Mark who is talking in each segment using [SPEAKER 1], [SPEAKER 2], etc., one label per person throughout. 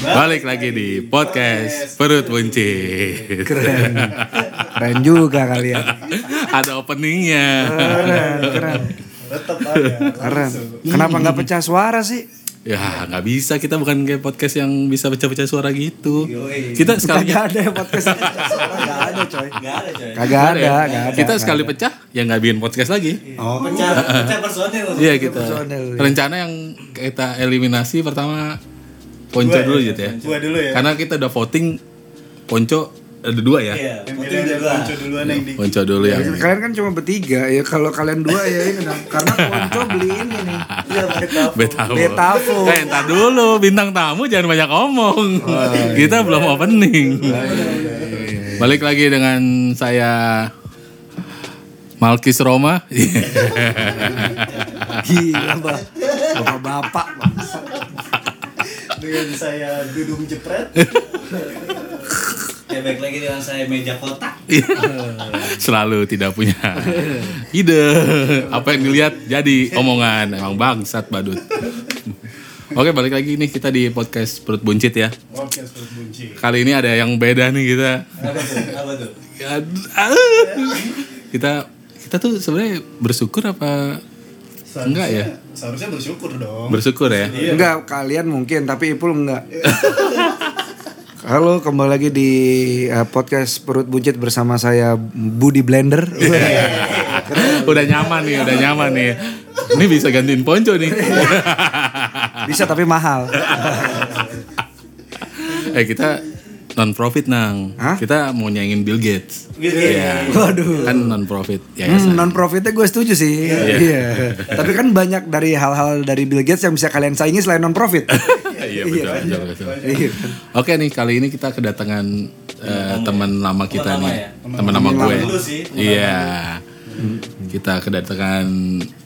[SPEAKER 1] Balik lagi di podcast Perut Buncit.
[SPEAKER 2] Keren. Keren juga kalian.
[SPEAKER 1] Ada openingnya.
[SPEAKER 2] Keren, keren.
[SPEAKER 3] Tetep aja.
[SPEAKER 2] Keren. Kenapa nggak pecah suara sih?
[SPEAKER 1] Ya nggak bisa kita bukan kayak podcast yang bisa pecah-pecah suara gitu. Kita sekali
[SPEAKER 2] Kagak ada ya podcast. Kagak ada coy.
[SPEAKER 3] Gak ada coy. Kan-
[SPEAKER 2] Kagak ada, kagak ada.
[SPEAKER 1] ya? kita sekali pecah ya nggak bikin podcast
[SPEAKER 3] Iya,
[SPEAKER 1] lagi.
[SPEAKER 2] Oh,
[SPEAKER 3] Pecah, pecah personil.
[SPEAKER 1] Iya kita.
[SPEAKER 2] personel.
[SPEAKER 1] Rencana yang kita eliminasi pertama Ponco
[SPEAKER 3] Gua ya,
[SPEAKER 1] dulu gitu ya.
[SPEAKER 3] Gua dulu ya.
[SPEAKER 1] Karena kita udah voting Ponco ada dua ya.
[SPEAKER 3] Iya, penting jadi muncul duluan yang di. Iya.
[SPEAKER 1] Ponco dulu yang
[SPEAKER 2] Kalian kan cuma bertiga ya kalau kalian dua ya ini kenapa? karena Ponco beli ini nih.
[SPEAKER 3] Iya, betul.
[SPEAKER 1] Betavo.
[SPEAKER 2] Betavo.
[SPEAKER 1] Eh, ntar dulu bintang tamu jangan banyak omong. Kita belum opening. Balik lagi dengan saya Malkis Roma. Iya.
[SPEAKER 2] Gila, Bang. Bapak-bapak. Bang.
[SPEAKER 3] Dengan saya dudung jepret. ya baik lagi dengan saya meja kotak.
[SPEAKER 1] Selalu tidak punya ide. Apa yang dilihat jadi omongan. Emang bangsat badut. Oke, balik lagi nih kita di podcast Perut Buncit ya.
[SPEAKER 3] Podcast berbunci.
[SPEAKER 1] Kali ini ada yang beda nih kita.
[SPEAKER 3] Apa tuh? Apa tuh?
[SPEAKER 1] Ya, ah. kita kita tuh sebenarnya bersyukur apa Enggak ya?
[SPEAKER 3] Seharusnya bersyukur dong.
[SPEAKER 1] bersyukur ya?
[SPEAKER 3] Iya.
[SPEAKER 2] Enggak, kalian mungkin tapi Ipul enggak. Halo, kembali lagi di eh, podcast Perut Buncit bersama saya Budi Blender.
[SPEAKER 3] Iya.
[SPEAKER 1] udah nyaman nih, udah nyaman nih. Ini bisa gantiin Ponco nih.
[SPEAKER 2] Bisa tapi mahal.
[SPEAKER 1] eh kita non profit nang.
[SPEAKER 2] Hah?
[SPEAKER 1] Kita mau nyaingin Bill Gates.
[SPEAKER 3] Bill
[SPEAKER 1] Iya.
[SPEAKER 2] Waduh.
[SPEAKER 1] Kan non profit
[SPEAKER 2] Hmm,
[SPEAKER 1] yayasan.
[SPEAKER 2] non profitnya gue setuju sih. Iya. Tapi kan banyak dari hal-hal dari Bill Gates yang bisa kalian saingi selain non profit.
[SPEAKER 1] Iya betul, betul, betul.
[SPEAKER 2] Iya.
[SPEAKER 1] Oke nih kali ini kita kedatangan eh, teman lama kita
[SPEAKER 3] Teman lama
[SPEAKER 1] nih.
[SPEAKER 3] ya?
[SPEAKER 1] Teman lama gue.
[SPEAKER 3] Lu sih, teman
[SPEAKER 1] Iya. Kita kedatangan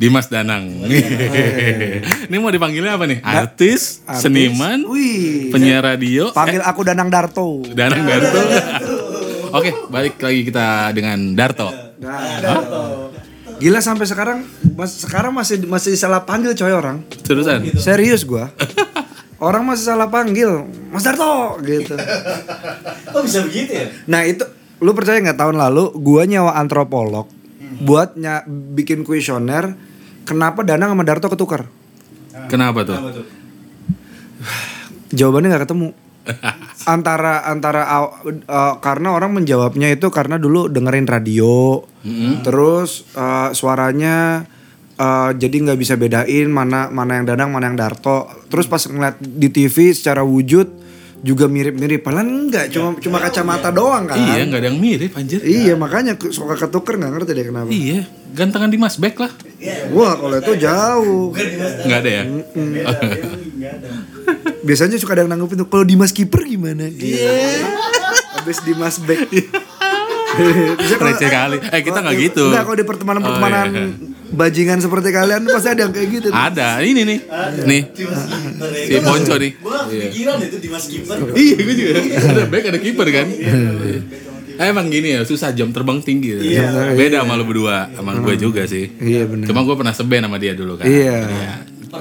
[SPEAKER 1] Dimas Danang. Ini mau dipanggilnya apa nih? Artis,
[SPEAKER 2] Artis.
[SPEAKER 1] seniman,
[SPEAKER 2] Wih.
[SPEAKER 1] penyiar radio,
[SPEAKER 2] Panggil aku Danang Darto.
[SPEAKER 1] Danang Darto. Oke, balik lagi kita dengan Darto.
[SPEAKER 2] Nah. Gila sampai sekarang mas, sekarang masih masih salah panggil coy orang.
[SPEAKER 1] Terusan.
[SPEAKER 2] Serius gua. Orang masih salah panggil Mas Darto gitu.
[SPEAKER 1] Iya.
[SPEAKER 3] Oh bisa begitu ya?
[SPEAKER 2] Nah itu lu percaya nggak tahun lalu gua nyawa antropolog buat nya- bikin kuesioner kenapa Danang sama Darto ketukar?
[SPEAKER 1] Kenapa tuh?
[SPEAKER 3] Apa tuh?
[SPEAKER 2] jawabannya nggak ketemu antara antara aw- eh, karena orang menjawabnya itu karena dulu dengerin radio
[SPEAKER 1] Mm-hmm.
[SPEAKER 2] terus eh, suaranya eh, jadi nggak bisa bedain mana mana yang Danang mana yang Darto terus pas ngeliat di TV secara wujud juga mirip-mirip padahal enggak cuma cuma kacamata doang kan
[SPEAKER 1] Iya, nggak ada yang mirip anjir.
[SPEAKER 2] Iya, makanya ke- suka ketuker nggak ngerti deh kenapa
[SPEAKER 1] Iya, gantengan Dimas Beck lah.
[SPEAKER 2] wah kalau itu jauh
[SPEAKER 3] Bukan di mas.
[SPEAKER 1] Nggak ada ya?
[SPEAKER 3] Beda, enggak ada.
[SPEAKER 2] biasanya suka ada yang nanggupin tuh kalau Dimas kiper gimana iya habis Dimas back
[SPEAKER 1] Iya.
[SPEAKER 2] Biasanya Iya, kalau-
[SPEAKER 1] Receh kali. Eh, kita nggak
[SPEAKER 2] kalau-
[SPEAKER 1] gitu.
[SPEAKER 2] Nggak, kalau di pertemanan-pertemanan
[SPEAKER 1] Oh, Ah,
[SPEAKER 2] bajingan seperti kalian pasti ada yang kayak gitu tuh.
[SPEAKER 1] Ada, ini nih. Nih,
[SPEAKER 3] Dimas
[SPEAKER 4] Ah,
[SPEAKER 3] Kiper ya.
[SPEAKER 4] Iya.
[SPEAKER 1] si Ponco nih.
[SPEAKER 3] Gua nggak kepikiran itu Dimas Kiper.
[SPEAKER 1] Iya, gue juga. Ada back, ada kiper kan. Eh, Emang gini ya, susah jam terbang tinggi. ya. Beda sama lu berdua, sama gue juga sih.
[SPEAKER 2] Iya, bener.
[SPEAKER 1] Cuma gue pernah seben sama dia dulu kan.
[SPEAKER 2] Iya.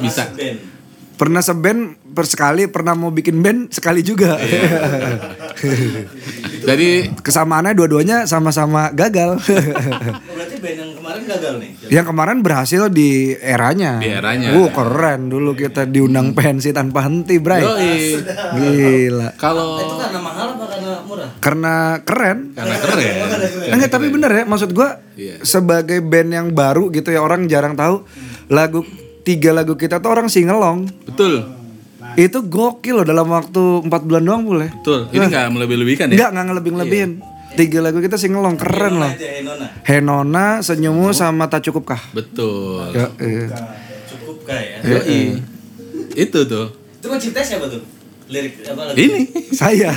[SPEAKER 1] Bisa.
[SPEAKER 3] Ben.
[SPEAKER 2] Pernah seband per sekali, pernah mau bikin band sekali juga.
[SPEAKER 1] Iya. Jadi
[SPEAKER 2] Kesamaannya dua-duanya sama-sama gagal.
[SPEAKER 3] Oh, Berarti band yang kemarin gagal nih.
[SPEAKER 2] yang kemarin berhasil di eranya.
[SPEAKER 1] Di eranya. Hmm.
[SPEAKER 2] Wuh, keren dulu kita diundang pensi tanpa henti, Bray.
[SPEAKER 1] Yoi.
[SPEAKER 2] Gila.
[SPEAKER 3] Itu
[SPEAKER 1] Kalau
[SPEAKER 3] karena mahal apa karena murah?
[SPEAKER 2] Karena keren.
[SPEAKER 1] karena keren.
[SPEAKER 2] Enggak, tapi bener ya maksud gua
[SPEAKER 1] Iya.
[SPEAKER 2] sebagai band yang baru gitu ya orang jarang tahu lagu tiga lagu kita tuh orang singelong.
[SPEAKER 1] Betul. Nah.
[SPEAKER 2] Itu gokil loh dalam waktu 4 bulan doang boleh.
[SPEAKER 1] Betul. Ini enggak melebih-lebihkan ya? Iya.
[SPEAKER 2] Enggak enggak ngelebih-ngelebihin. Tiga lagu kita singelong keren
[SPEAKER 1] Ah.
[SPEAKER 2] loh.
[SPEAKER 3] Aja Enona.
[SPEAKER 2] Henona, Senyummu sama Tak Cukupkah.
[SPEAKER 1] Betul.
[SPEAKER 2] Ya, iya.
[SPEAKER 3] Ah, Cukup kayak ya.
[SPEAKER 1] Yoi. Itu tuh.
[SPEAKER 3] Itu kan cipta siapa tuh? Lirik apa lagi?
[SPEAKER 1] Ini.
[SPEAKER 2] Saya.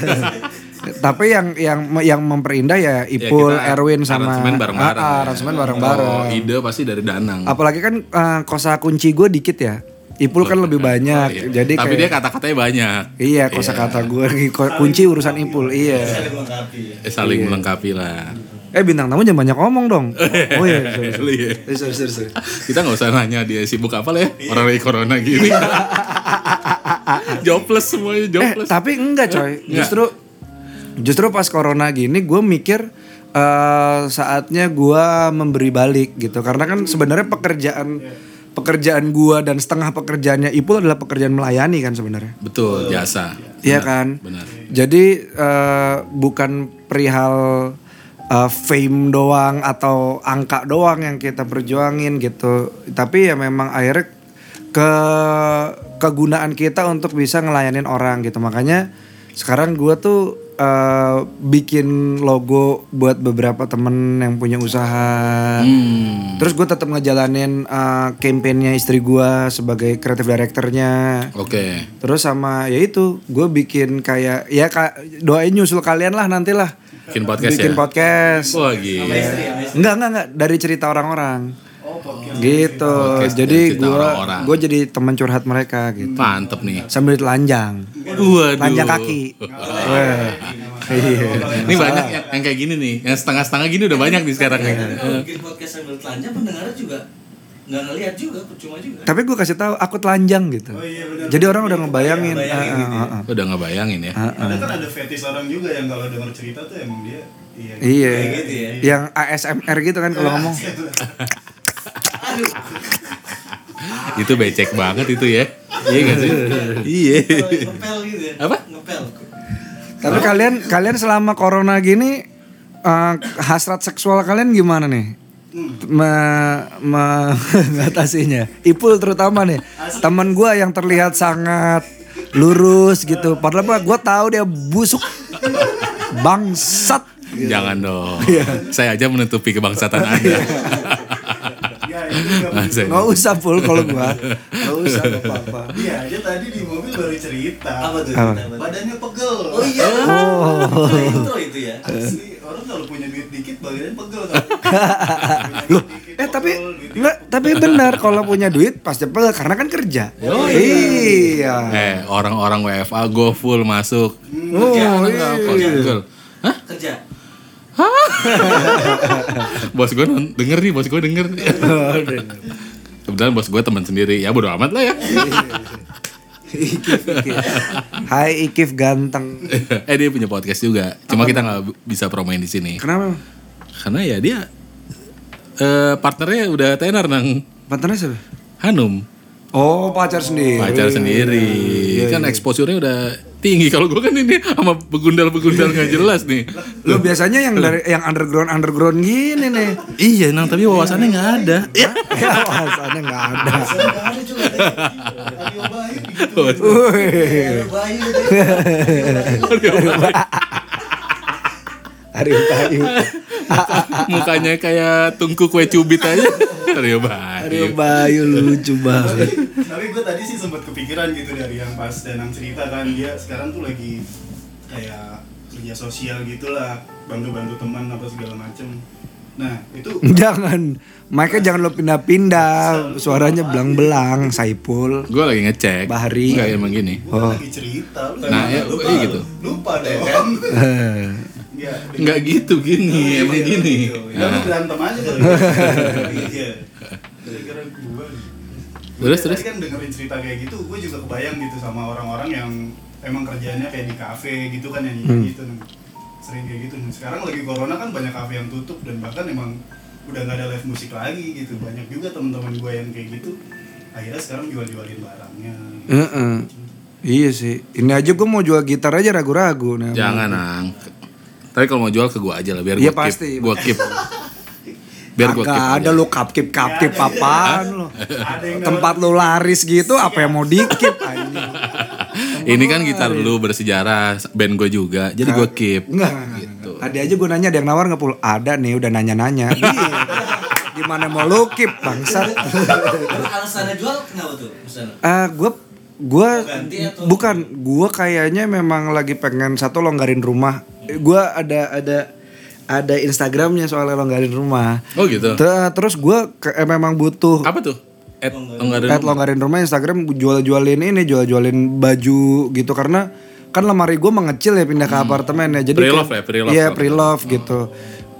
[SPEAKER 2] tapi yang yang yang memperindah ya Ipul,
[SPEAKER 1] kita
[SPEAKER 2] Erwin sama
[SPEAKER 1] aransemen bareng-bareng
[SPEAKER 2] Ah, ah,
[SPEAKER 1] ya.
[SPEAKER 2] aransemen bareng-bareng.
[SPEAKER 1] Oh, ide pasti dari Danang.
[SPEAKER 2] Apalagi kan eh, kosa kunci gue dikit ya. Ipul kan lebih banyak.
[SPEAKER 1] Iya.
[SPEAKER 2] Jadi
[SPEAKER 1] Tapi
[SPEAKER 2] kayak-
[SPEAKER 1] dia kata-katanya banyak.
[SPEAKER 2] Iya, kosakata gue kunci urusan Ipul. Iya.
[SPEAKER 3] Saling melengkapi ya.
[SPEAKER 1] Eh, saling melengkapi lah.
[SPEAKER 2] Eh bintang tamu jangan banyak ngomong dong. Oh iya. sorry,
[SPEAKER 1] Lu ya.
[SPEAKER 2] sorry. Sorry, sorry, sorry.
[SPEAKER 1] Kita nggak usah nanya dia sibuk apa lah ya. Orang lagi corona gini. jobless semuanya
[SPEAKER 2] Eh,
[SPEAKER 1] jobless.
[SPEAKER 2] tapi enggak coy.
[SPEAKER 1] Enggak.
[SPEAKER 2] Justru justru pas corona gini gue mikir eh, saatnya gua memberi balik gitu. Karena kan sebenarnya pekerjaan pekerjaan gua dan setengah pekerjaannya Ipul adalah pekerjaan melayani kan sebenarnya.
[SPEAKER 1] Betul, jasa.
[SPEAKER 2] Iya
[SPEAKER 1] Benar,
[SPEAKER 2] kan?
[SPEAKER 1] Benar.
[SPEAKER 2] Jadi eh, bukan perihal eh, fame doang atau angka doang yang kita perjuangin gitu. Tapi ya memang akhirnya ke kegunaan kita untuk bisa ngelayanin orang gitu. Makanya sekarang gua tuh eh, bikin logo buat beberapa temen yang punya usaha.
[SPEAKER 1] Hmm.
[SPEAKER 2] Terus gue tetap ngejalanin eh, campaign-nya istri gua sebagai kreatif directornya.
[SPEAKER 1] Oke.
[SPEAKER 2] Terus sama ya itu gue bikin kayak ya kak doain nyusul kalian lah nantilah
[SPEAKER 1] Bikin podcast
[SPEAKER 2] bikin
[SPEAKER 1] ya.
[SPEAKER 2] podcast.
[SPEAKER 1] Wah, gila.
[SPEAKER 2] Enggak enggak enggak dari cerita orang-orang. gitu. jadi
[SPEAKER 1] dari cerita
[SPEAKER 2] gue
[SPEAKER 1] orang-orang.
[SPEAKER 2] gue jadi teman curhat mereka gitu.
[SPEAKER 1] Mantep nih.
[SPEAKER 2] Sambil telanjang.
[SPEAKER 1] Waduh.
[SPEAKER 2] Telanjang kaki. Weh. Iya.
[SPEAKER 1] Ini banyak ya? yang, yang kayak gini nih, yang setengah-setengah gini udah banyak nih sekarang nih.
[SPEAKER 2] Iya.
[SPEAKER 1] Eh,
[SPEAKER 3] Kalau bikin podcast sambil telanjang pendengarnya juga nggak ngelihat juga, percuma juga.
[SPEAKER 2] Tapi gue kasih tahu aku telanjang gitu. Jadi orang udah ngebayangin.
[SPEAKER 3] Bayangin
[SPEAKER 2] ah, ah,
[SPEAKER 3] gitu
[SPEAKER 2] ah, ah.
[SPEAKER 1] Udah ngebayangin ya.
[SPEAKER 4] Ada kan ada fetis orang juga yang kalau denger cerita tuh emang dia iya.
[SPEAKER 2] Iya.
[SPEAKER 3] Kayak gitu ya.
[SPEAKER 2] Yang ASMR gitu kan kalau ngomong.
[SPEAKER 3] Aduh,
[SPEAKER 1] Itu becek banget itu ya. Iya gak sih? Iya.
[SPEAKER 3] kalau ngepel gitu ya.
[SPEAKER 1] Apa?
[SPEAKER 3] Ngepel.
[SPEAKER 2] Tapi kalian kalian selama corona gini eh, hasrat seksual kalian gimana nih? Me- me- mengatasinya. Ipul terutama nih. Teman gua yang terlihat sangat lurus gitu. Padahal mah gua tahu dia busuk. Bangsat.
[SPEAKER 1] Jangan dong.
[SPEAKER 2] Iya.
[SPEAKER 1] Saya aja menutupi kebangsatan Anda.
[SPEAKER 4] Ya itu nggak
[SPEAKER 1] Masa
[SPEAKER 4] penting.
[SPEAKER 1] ini?
[SPEAKER 2] Nggak usah pul kalau gua. Nggak usah nggak apa-apa.
[SPEAKER 4] Iya, Dia aja tadi di mobil baru cerita.
[SPEAKER 3] Apa tuh? Apa?
[SPEAKER 4] Badannya pegel.
[SPEAKER 3] Oh iya.
[SPEAKER 1] Oh.
[SPEAKER 3] Itu intro itu ya.
[SPEAKER 4] Asli orang kalau punya duit dikit badannya pegel kan.
[SPEAKER 2] Loh, eh tapi nggak, tapi benar kalau punya duit pasti pegel karena kan kerja. iya.
[SPEAKER 1] Eh, orang-orang WFA go full masuk.
[SPEAKER 2] Oh,
[SPEAKER 3] Kerja,
[SPEAKER 1] Iya. Betul. Hah?
[SPEAKER 3] kerja.
[SPEAKER 1] Bos gue denger nih, bos gue denger. Kebetulan bos gue teman sendiri. Ya bodo amat lah ya.
[SPEAKER 2] Iya. Ikif, Ikif. Hai Ikif ganteng.
[SPEAKER 1] eh dia punya podcast juga. Cuma kita nggak bu- bisa promoin di sini.
[SPEAKER 2] Kenapa?
[SPEAKER 1] Karena ya dia eh partnernya udah tenar nang
[SPEAKER 2] Mantannya siapa?
[SPEAKER 1] Hanum,
[SPEAKER 2] Oh pacar sendiri.
[SPEAKER 1] pacar sendiri.
[SPEAKER 2] Iya,
[SPEAKER 1] kan exposure-nya udah tinggi. Kalau gue kan ini sama begundal-begundal nggak jelas nih.
[SPEAKER 2] Lo biasanya yang dari yang underground underground gini nih.
[SPEAKER 1] Iya, nang tapi wawasannya nggak ada. Ya.
[SPEAKER 2] Ya alasannya nggak ada.
[SPEAKER 4] Nggak ada juga. Audio baik gitu.
[SPEAKER 2] Wih,
[SPEAKER 3] Ada bayi gitu.
[SPEAKER 2] Arif Bayu.
[SPEAKER 1] Mukanya kayak tungku kue cubit aja. Rio Bayu.
[SPEAKER 2] Arif Bayu lucu banget.
[SPEAKER 4] tapi gue tadi sih sempat kepikiran gitu dari yang pas Danang cerita kan dia sekarang tuh lagi kayak kerja sosial gitulah bantu-bantu teman apa segala macem nah itu
[SPEAKER 2] Jangan, makanya jangan lo pindah-pindah. Suaranya belang-belang, Saipul.
[SPEAKER 1] Gue lagi ngecek.
[SPEAKER 2] Bahari.
[SPEAKER 1] Enggak emang gini.
[SPEAKER 4] gue kan lagi cerita lu kan
[SPEAKER 1] Oh. Nah, ya,
[SPEAKER 4] lupa
[SPEAKER 1] iya gitu.
[SPEAKER 4] lu. lupa deh kan
[SPEAKER 2] Eh,
[SPEAKER 4] ya,
[SPEAKER 1] Enggak gitu
[SPEAKER 4] Iya,
[SPEAKER 2] Iya,
[SPEAKER 1] gini, emang gini.
[SPEAKER 4] ya lu
[SPEAKER 1] Nah,
[SPEAKER 4] berantem aja kali ya. iya gara-gara gue
[SPEAKER 1] Terus,
[SPEAKER 4] Tadi
[SPEAKER 1] terus.
[SPEAKER 4] kan dengerin cerita kayak gitu gue juga kebayang gitu sama orang-orang yang emang kerjaannya kayak di kafe gitu kan yang
[SPEAKER 1] Hmm.
[SPEAKER 4] gitu nih. sering kayak gitu nih. sekarang lagi corona kan banyak kafe yang tutup dan bahkan emang udah nggak ada live musik lagi gitu banyak juga teman-teman gue yang kayak gitu akhirnya sekarang jual-jualin barangnya
[SPEAKER 2] eh. Iya sih. Ini aja gue mau jual gitar aja ragu-ragu. Nah,
[SPEAKER 1] Jangan, Ang. Tapi kalau mau jual ke gua aja lah biar gua
[SPEAKER 2] Iya,
[SPEAKER 1] keep.
[SPEAKER 2] pasti.
[SPEAKER 1] Gua keep. Biar gua keep.
[SPEAKER 2] Kagak ada
[SPEAKER 1] aja.
[SPEAKER 2] lu kapkip kapkip apaan lu.
[SPEAKER 4] ada yang
[SPEAKER 2] Tempat lu laris gitu apa yang mau dikip anjing.
[SPEAKER 1] Ini kan gitar lu bersejarah, band gua juga. Jadi gua keep.
[SPEAKER 2] Enggak. Gitu. Tadi aja gue nanya ada yang nawar nggak pul? Ada nih udah nanya-nanya. Iya. Gimana mau lu keep bangsat?
[SPEAKER 3] Terus alasannya jual kenapa tuh? Misalnya.
[SPEAKER 2] Ah, gue gua
[SPEAKER 3] Ganti atau-
[SPEAKER 2] bukan gua kayaknya memang lagi pengen satu longgarin rumah. Eh, Gua ada ada ada Instagramnya soalnya longgarin rumah.
[SPEAKER 1] Oh gitu.
[SPEAKER 2] Te- Terus gua ke- eh, memang butuh
[SPEAKER 1] Apa tuh? Ed
[SPEAKER 2] At
[SPEAKER 1] Longgarin.
[SPEAKER 2] longgarin rumah Instagram jual-jualin ini, jual-jualin baju gitu karena kan lemari gue mengecil ya pindah ke apartemen ya. Jadi
[SPEAKER 1] Hmm. Pre-love ya,
[SPEAKER 2] kayak-
[SPEAKER 1] pre-love.
[SPEAKER 2] Iya, pre-love gitu.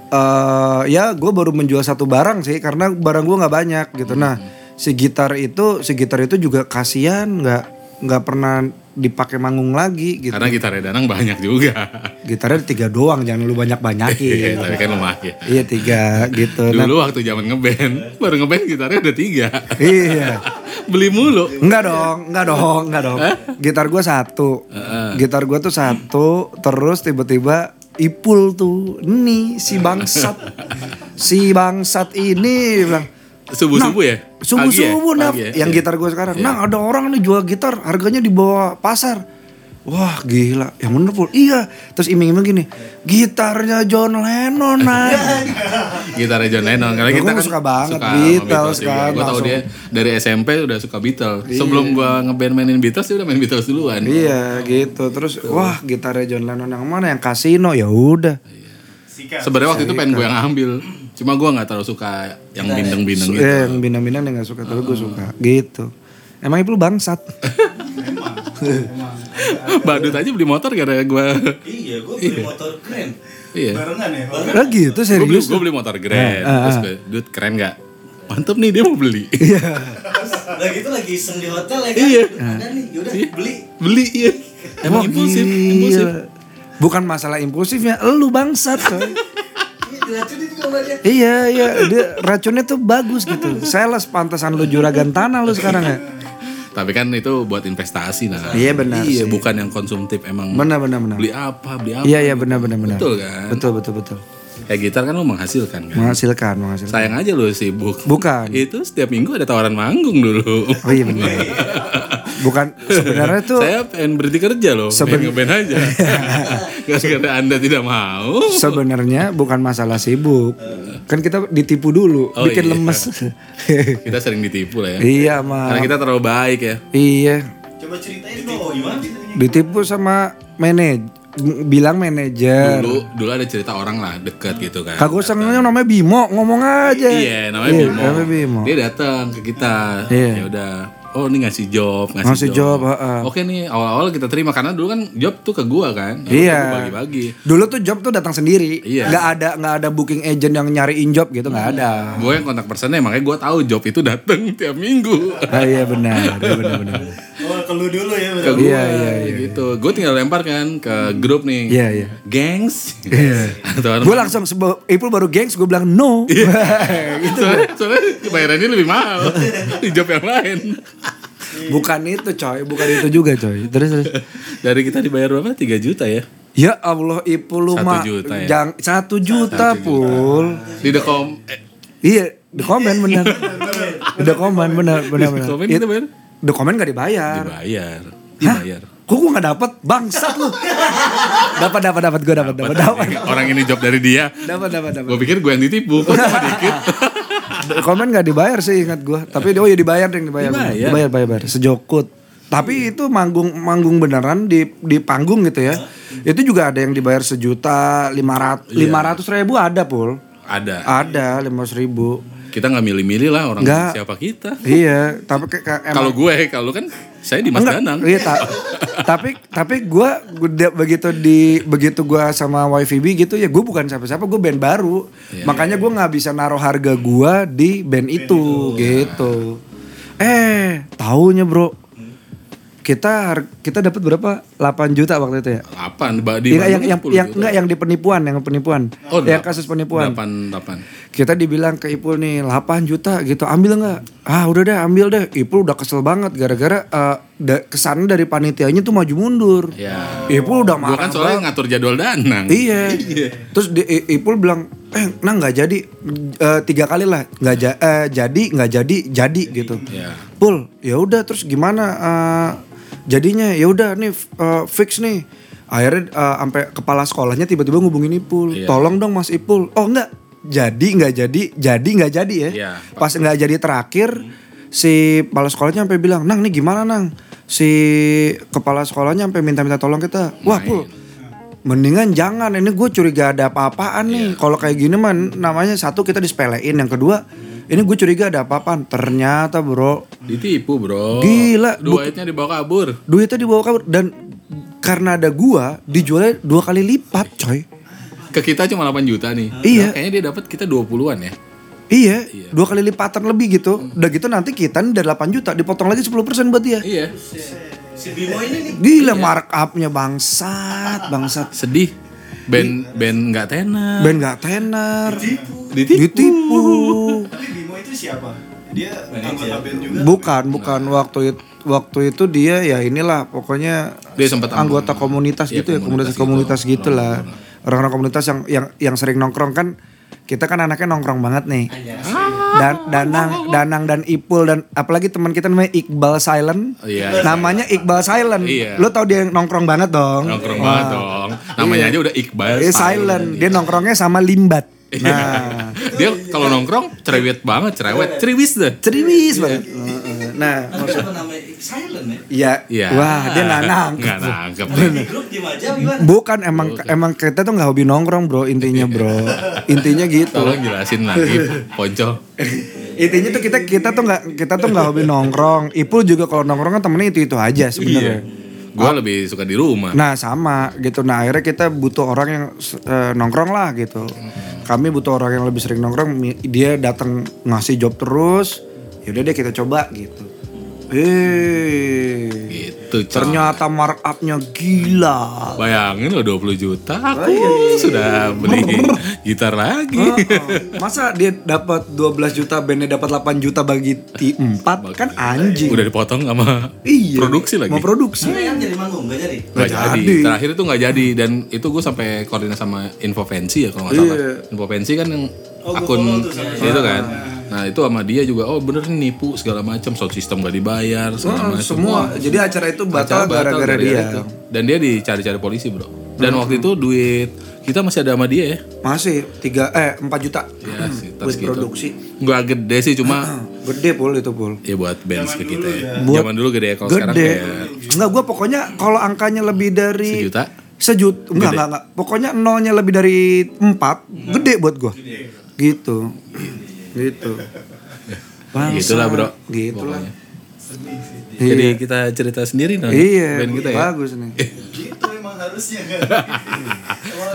[SPEAKER 2] Eh, ya gue baru menjual satu barang sih
[SPEAKER 1] Hmm.
[SPEAKER 2] karena barang gue nggak banyak gitu. Nah, si gitar itu, si gitar itu juga kasihan nggak nggak pernah dipakai manggung lagi gitu.
[SPEAKER 1] Karena gitarnya Danang banyak juga.
[SPEAKER 2] Gitarnya tiga doang, jangan lu banyak banyakin.
[SPEAKER 1] Tapi kan lumayan.
[SPEAKER 2] iya tiga gitu. Nah,
[SPEAKER 1] Dulu waktu zaman ngeband, baru ngeband gitarnya udah tiga.
[SPEAKER 2] iya.
[SPEAKER 1] Beli mulu.
[SPEAKER 2] Enggak dong, enggak dong, enggak dong.
[SPEAKER 1] Eh?
[SPEAKER 2] Gitar gua satu. Gitar gua tuh satu, terus tiba-tiba Ipul tuh, nih si bangsat. si bangsat ini dia bilang, Nah,
[SPEAKER 1] Subuh-subuh ya? Pagi ya?
[SPEAKER 2] Subuh-subuh Naf.
[SPEAKER 1] Pagi ya?
[SPEAKER 2] Yang
[SPEAKER 1] Iya.
[SPEAKER 2] gitar gue sekarang. Nah, ada orang nih jual gitar harganya di bawah pasar. Wah gila, yang bener Pul. Iya, terus iming-iming gini, gitarnya John Lennon Naf."
[SPEAKER 1] Gitarnya John Lennon. Karena
[SPEAKER 2] Gua
[SPEAKER 1] kita kan
[SPEAKER 2] suka banget
[SPEAKER 1] sama
[SPEAKER 2] Beatles
[SPEAKER 1] juga.
[SPEAKER 2] kan,
[SPEAKER 1] Gua tahu
[SPEAKER 2] langsung.
[SPEAKER 1] dia dari SMP udah suka Beatles. Sebelum gua ngeband mainin Beatles, dia udah main Beatles duluan.
[SPEAKER 2] Iya gitu, terus wah gitarnya John Lennon yang mana? Yang kasino ya udah.
[SPEAKER 4] Sikat.
[SPEAKER 1] Sebenarnya waktu itu
[SPEAKER 2] Iya.
[SPEAKER 1] pengen gue yang ambil, cuma gua nggak terlalu suka yang bindeng-bindeng
[SPEAKER 2] Su-
[SPEAKER 1] gitu.
[SPEAKER 2] eh, yang bina-bina yang gak suka tapi
[SPEAKER 1] Ah.
[SPEAKER 2] gue suka gitu emang ibu lu bangsat
[SPEAKER 4] Emang. Emang.
[SPEAKER 1] Badut aja beli motor gara-gara gue.
[SPEAKER 3] Iya, gue beli motor keren.
[SPEAKER 1] Iya.
[SPEAKER 4] Barengan ya. Bang?
[SPEAKER 2] lah gitu
[SPEAKER 1] Gue beli,
[SPEAKER 2] serius Iya.
[SPEAKER 1] gua beli motor grand. Terus gue, dude keren nggak? Mantep nih dia mau beli.
[SPEAKER 2] Iya.
[SPEAKER 3] Terus udah gitu lagi iseng di hotel ya kan.
[SPEAKER 1] Iya.
[SPEAKER 3] Ada nih, yaudah beli.
[SPEAKER 1] beli iya. Emang
[SPEAKER 2] Wah,
[SPEAKER 1] impulsif,
[SPEAKER 2] gila.
[SPEAKER 1] impulsif.
[SPEAKER 2] bukan masalah impulsifnya lu bangsat coy.
[SPEAKER 3] Ini diracunin juga sama dia.
[SPEAKER 2] iya iya dia racunnya tuh bagus gitu sales pantesan lu juragan tanah lu sekarang ya
[SPEAKER 1] Tapi kan itu buat investasi nah.
[SPEAKER 2] Iya, benar
[SPEAKER 1] Iya,
[SPEAKER 2] sih.
[SPEAKER 1] bukan yang konsumtif emang.
[SPEAKER 2] benar benar benar
[SPEAKER 1] Beli apa, beli apa.
[SPEAKER 2] iya iya benar benar benar
[SPEAKER 1] Betul kan?
[SPEAKER 2] betul betul betul
[SPEAKER 1] Kayak gitar kan lu menghasilkan kan.
[SPEAKER 2] menghasilkan menghasilkan
[SPEAKER 1] Sayang aja lu sibuk.
[SPEAKER 2] Bukan.
[SPEAKER 1] Itu setiap minggu ada tawaran manggung dulu.
[SPEAKER 2] oh iya benar bukan sebenarnya tuh
[SPEAKER 1] Saya pengen berhenti kerja loh,
[SPEAKER 2] Seben-
[SPEAKER 1] pengen ngeband aja. Gara-gara anda tidak mau.
[SPEAKER 2] Sebenarnya bukan masalah sibuk, kan kita ditipu dulu,
[SPEAKER 1] Oh,
[SPEAKER 2] bikin
[SPEAKER 1] iya.
[SPEAKER 2] lemes.
[SPEAKER 1] Kita sering ditipu lah ya.
[SPEAKER 2] iya
[SPEAKER 1] Karena
[SPEAKER 2] mah,
[SPEAKER 1] kita terlalu baik ya.
[SPEAKER 2] iya
[SPEAKER 4] Coba ceritain
[SPEAKER 3] Ditipu
[SPEAKER 4] dong.
[SPEAKER 3] gimana?
[SPEAKER 2] ditipu sama manaj, bilang manajer.
[SPEAKER 1] Dulu dulu ada cerita orang lah deket gitu kan.
[SPEAKER 2] Kagak usah ngomong, namanya Bimo, ngomong aja.
[SPEAKER 1] Iya, namanya Bimo.
[SPEAKER 2] namanya Bimo.
[SPEAKER 1] Dia datang ke kita.
[SPEAKER 2] Iya.
[SPEAKER 1] Ya udah. Oh, ini ngasih job, ngasih,
[SPEAKER 2] Ngasih job, heeh.
[SPEAKER 1] Oke nih, awal-awal kita terima karena dulu kan job tuh ke gua kan. Ya,
[SPEAKER 2] Iya.
[SPEAKER 1] gua Bagi-bagi.
[SPEAKER 2] Dulu tuh job tuh datang sendiri,
[SPEAKER 1] Iya.
[SPEAKER 2] nggak ada nggak ada booking agent yang nyariin job gitu nggak ada.
[SPEAKER 1] Gue yang kontak personnya makanya gue tahu job itu dateng tiap minggu.
[SPEAKER 2] Ah, iya benar, iya benar benar.
[SPEAKER 4] Oh, ke lu dulu ya.
[SPEAKER 1] ke
[SPEAKER 4] betul.
[SPEAKER 1] gue
[SPEAKER 2] Iya, iya, iya,
[SPEAKER 1] gitu. Gue tinggal lempar kan ke grup nih.
[SPEAKER 2] Iya, iya.
[SPEAKER 1] Gengs.
[SPEAKER 2] Iya.
[SPEAKER 1] Atau
[SPEAKER 2] Gue langsung sebel, Ipul baru gengs, gue bilang no.
[SPEAKER 1] Iya. soalnya, gitu. soalnya bayarannya lebih mahal di job yang lain.
[SPEAKER 2] bukan itu coy, bukan itu juga coy. Terus terus.
[SPEAKER 1] Dari kita dibayar berapa? 3 juta ya.
[SPEAKER 2] Ya Allah Ipul lu
[SPEAKER 1] Satu
[SPEAKER 2] mah
[SPEAKER 1] juta ya?
[SPEAKER 2] jang, satu juta pul.
[SPEAKER 1] Di the com eh,
[SPEAKER 2] Iya, the comment benar. the comment benar benar benar.
[SPEAKER 1] comment
[SPEAKER 2] It-
[SPEAKER 1] kita bayar?
[SPEAKER 2] The comment gak dibayar.
[SPEAKER 1] dibayar. Dibayar.
[SPEAKER 2] Kok gue gak dapet bangsat lu. dapat dapat dapat gue dapat dapat dapat.
[SPEAKER 1] Orang ini job dari dia.
[SPEAKER 2] Dapat dapat dapat.
[SPEAKER 1] Gue pikir gue yang ditipu. Kok cuma dikit?
[SPEAKER 2] The comment gak dibayar sih ingat gue. Tapi oh ya dibayar deh dibayar.
[SPEAKER 1] Dibayar.
[SPEAKER 2] Dibayar dibayar, bayar. sejokut. Tapi itu manggung manggung beneran di di panggung gitu ya. Itu juga ada yang dibayar sejuta lima ratus lima ratus ribu ada pul.
[SPEAKER 1] Ada.
[SPEAKER 2] Iya. Ada lima ribu.
[SPEAKER 1] Kita nggak milih-milih lah orang
[SPEAKER 2] Nggak.
[SPEAKER 1] siapa kita.
[SPEAKER 2] Iya, tapi kayak kayak
[SPEAKER 1] Kalau gue, kalau kan saya di Mas
[SPEAKER 2] Enggak,
[SPEAKER 1] Danang.
[SPEAKER 2] Iya, ta- tapi tapi gue begitu di begitu gua sama YVB gitu ya gue bukan siapa-siapa gue band baru
[SPEAKER 1] Iya,
[SPEAKER 2] makanya gue nggak bisa naruh harga gue di band itu gitu eh taunya bro kita har- kita dapat berapa 8 juta waktu itu ya
[SPEAKER 1] 8 Mbak, di
[SPEAKER 2] Iya,
[SPEAKER 1] Bandung
[SPEAKER 2] yang yang
[SPEAKER 1] 10
[SPEAKER 2] yang
[SPEAKER 1] juta.
[SPEAKER 2] enggak yang di penipuan yang penipuan
[SPEAKER 1] Oh,
[SPEAKER 2] yang
[SPEAKER 1] delapan-
[SPEAKER 2] kasus penipuan
[SPEAKER 1] Delapan, delapan.
[SPEAKER 2] kita dibilang ke Ipul nih 8 juta gitu ambil nggak ah udah deh ambil deh Ipul udah kesel banget gara-gara eh, da- kesannya dari panitianya tuh maju mundur
[SPEAKER 1] Ya.
[SPEAKER 2] Ipul udah
[SPEAKER 1] Gue
[SPEAKER 2] marah
[SPEAKER 1] kan soalnya ngatur jadwal danang.
[SPEAKER 2] iya terus di, I- Ipul bilang eh nah nggak jadi Eh, tiga kali lah nggak ja- eh, jadi nggak jadi jadi gitu
[SPEAKER 1] Iya.
[SPEAKER 2] Pul ya udah terus gimana eh, jadinya ya udah nih eh, fix nih akhirnya eh, sampai kepala sekolahnya tiba-tiba ngubungin Ipul
[SPEAKER 1] Iya.
[SPEAKER 2] tolong dong Mas Ipul oh enggak jadi nggak jadi jadi nggak jadi ya
[SPEAKER 1] Iya.
[SPEAKER 2] pas nggak jadi terakhir si kepala sekolahnya sampai bilang nang nih gimana nang si kepala sekolahnya sampai minta-minta tolong kita wah Pul mendingan jangan ini gue curiga ada apa-apaan nih kalau kayak gini mah namanya satu kita disepelein yang kedua ini gue curiga ada apa-apaan ternyata bro
[SPEAKER 1] Ditipu bro.
[SPEAKER 2] Gila,
[SPEAKER 1] Duitnya dibawa kabur.
[SPEAKER 2] duitnya dibawa kabur dan karena ada gua dijualnya dua kali lipat coy
[SPEAKER 1] Ke kita cuma 8 juta nih.
[SPEAKER 2] Iya.
[SPEAKER 1] Nah, kayaknya dia dapat kita 20-an ya.
[SPEAKER 2] Iya, dua kali lipatan lebih gitu. Udah gitu nanti kita nih dari 8 juta dipotong lagi 10% buat dia.
[SPEAKER 1] Iya.
[SPEAKER 3] si Bimo ini nih
[SPEAKER 2] Gila markupnya bangsat, bangsat.
[SPEAKER 1] Sedih. Band band nggak tenar.
[SPEAKER 2] Iya. Ben gak tenar.
[SPEAKER 3] tipu
[SPEAKER 1] Ditipu.
[SPEAKER 2] Ditipu.
[SPEAKER 4] Tapi Bimo itu siapa? Dia
[SPEAKER 3] Manajer.
[SPEAKER 4] anggota band juga.
[SPEAKER 2] Bukan, bukan waktu itu waktu itu dia ya inilah pokoknya
[SPEAKER 1] Dia sempat
[SPEAKER 2] anggota komunitas
[SPEAKER 1] Iya,
[SPEAKER 2] gitu ya
[SPEAKER 1] komunitas
[SPEAKER 2] komunitas-komunitas
[SPEAKER 1] gitu.
[SPEAKER 2] gitu lah orang-orang komunitas yang yang yang sering nongkrong kan kita kan anaknya nongkrong banget nih
[SPEAKER 3] hanya
[SPEAKER 2] dan Danang Danang dan Ipul dan apalagi teman kita namanya Iqbal Silent
[SPEAKER 1] Iya.
[SPEAKER 2] namanya Iqbal Silent
[SPEAKER 1] Iya.
[SPEAKER 2] lo tau dia yang nongkrong banget dong
[SPEAKER 1] Nongkrong banget dong. Namanya aja udah Iqbal.
[SPEAKER 2] Dia Iya. silent dia nongkrongnya sama Limbat
[SPEAKER 1] Iya.
[SPEAKER 2] nah
[SPEAKER 1] Dia kalau nongkrong cerewet banget, cerewet, ceriwis deh.
[SPEAKER 2] ceriwis banget nah
[SPEAKER 3] tapi apa Kan namanya silent ya
[SPEAKER 2] ya
[SPEAKER 1] Iya.
[SPEAKER 2] wah dia nggak nangkep
[SPEAKER 1] Nggak nangkep.
[SPEAKER 3] di grup diem aja apa gimana
[SPEAKER 2] Bukan emang emang kita tuh nggak hobi nongkrong bro intinya bro intinya gitu
[SPEAKER 1] Tolong ya. jelasin lagi, Ponco.
[SPEAKER 2] intinya tuh kita kita tuh nggak kita tuh nggak hobi nongkrong Ipul juga kalau nongkrong kan temennya itu itu
[SPEAKER 1] Iya.
[SPEAKER 2] aja sebenarnya
[SPEAKER 1] Gua
[SPEAKER 2] Ah.
[SPEAKER 1] lebih suka di rumah.
[SPEAKER 2] nah sama gitu nah akhirnya kita butuh orang yang eh, nongkrong lah gitu kami butuh orang yang lebih sering nongkrong Mi- dia datang ngasih job terus yaudah deh kita coba gitu eh
[SPEAKER 1] Gitu. Cok.
[SPEAKER 2] ternyata markupnya gila
[SPEAKER 1] Bayangin lo 20 juta
[SPEAKER 2] Oh,
[SPEAKER 1] aku
[SPEAKER 2] iya,
[SPEAKER 1] sudah beli gitar lagi.
[SPEAKER 2] Ah, Heeh. Masa dia dapat 12 juta, bandnya dapat 8 juta bagi 4 kan anjing.
[SPEAKER 1] Udah dipotong sama
[SPEAKER 2] Iya.
[SPEAKER 1] produksi lagi.
[SPEAKER 2] Mau produksi.
[SPEAKER 3] Nah, yang jadi manggung gak jadi
[SPEAKER 1] Gak
[SPEAKER 2] Nggak
[SPEAKER 1] jadi.
[SPEAKER 2] jadi.
[SPEAKER 1] Terakhir itu nggak jadi dan itu gue sampai koordinasi sama Infovensi ya kalau nggak salah.
[SPEAKER 2] Iya.
[SPEAKER 1] Infovensi kan yang
[SPEAKER 4] Oh, gua follow
[SPEAKER 1] akun
[SPEAKER 4] tuh sama
[SPEAKER 1] itu kan. Nah itu sama dia juga. Oh bener nih nipu segala macam. Sound system gak dibayar segala
[SPEAKER 2] Heeh,
[SPEAKER 1] macam.
[SPEAKER 2] semua. Jadi acara itu
[SPEAKER 1] Acara
[SPEAKER 2] batal
[SPEAKER 1] batal gara-gara
[SPEAKER 2] gara-gara dia. Hmm.
[SPEAKER 1] itu. Dan dia dicari-cari polisi bro. Dan waktu itu duit kita masih ada sama dia ya.
[SPEAKER 2] Masih 3 eh 4 juta.
[SPEAKER 1] Ya, sekitar
[SPEAKER 2] buat
[SPEAKER 1] segitu.
[SPEAKER 2] produksi.
[SPEAKER 1] Nggak gede sih cuma
[SPEAKER 2] Gede pul itu pul.
[SPEAKER 1] ya buat bands
[SPEAKER 4] Zaman
[SPEAKER 1] ke
[SPEAKER 4] dulu
[SPEAKER 1] kita ya.
[SPEAKER 4] ya.
[SPEAKER 2] Buat-
[SPEAKER 1] Zaman dulu gede ya kalau sekarang
[SPEAKER 2] Gede.
[SPEAKER 1] kayak
[SPEAKER 2] Enggak gua pokoknya kalau angkanya lebih dari
[SPEAKER 1] sejuta.
[SPEAKER 2] Sejuta.
[SPEAKER 1] Gede.
[SPEAKER 2] Enggak, enggak, enggak. Pokoknya nolnya lebih dari 4, gede buat gua. Gitu. Gitu.
[SPEAKER 1] Gitulah Gitu bro.
[SPEAKER 2] Gitulah.
[SPEAKER 1] Pokoknya.
[SPEAKER 4] Sedih sih.
[SPEAKER 1] Jadi kita cerita sendiri nih
[SPEAKER 2] Iya,
[SPEAKER 1] band kita ya.
[SPEAKER 2] bagus nih.
[SPEAKER 4] Gitu emang harusnya kan.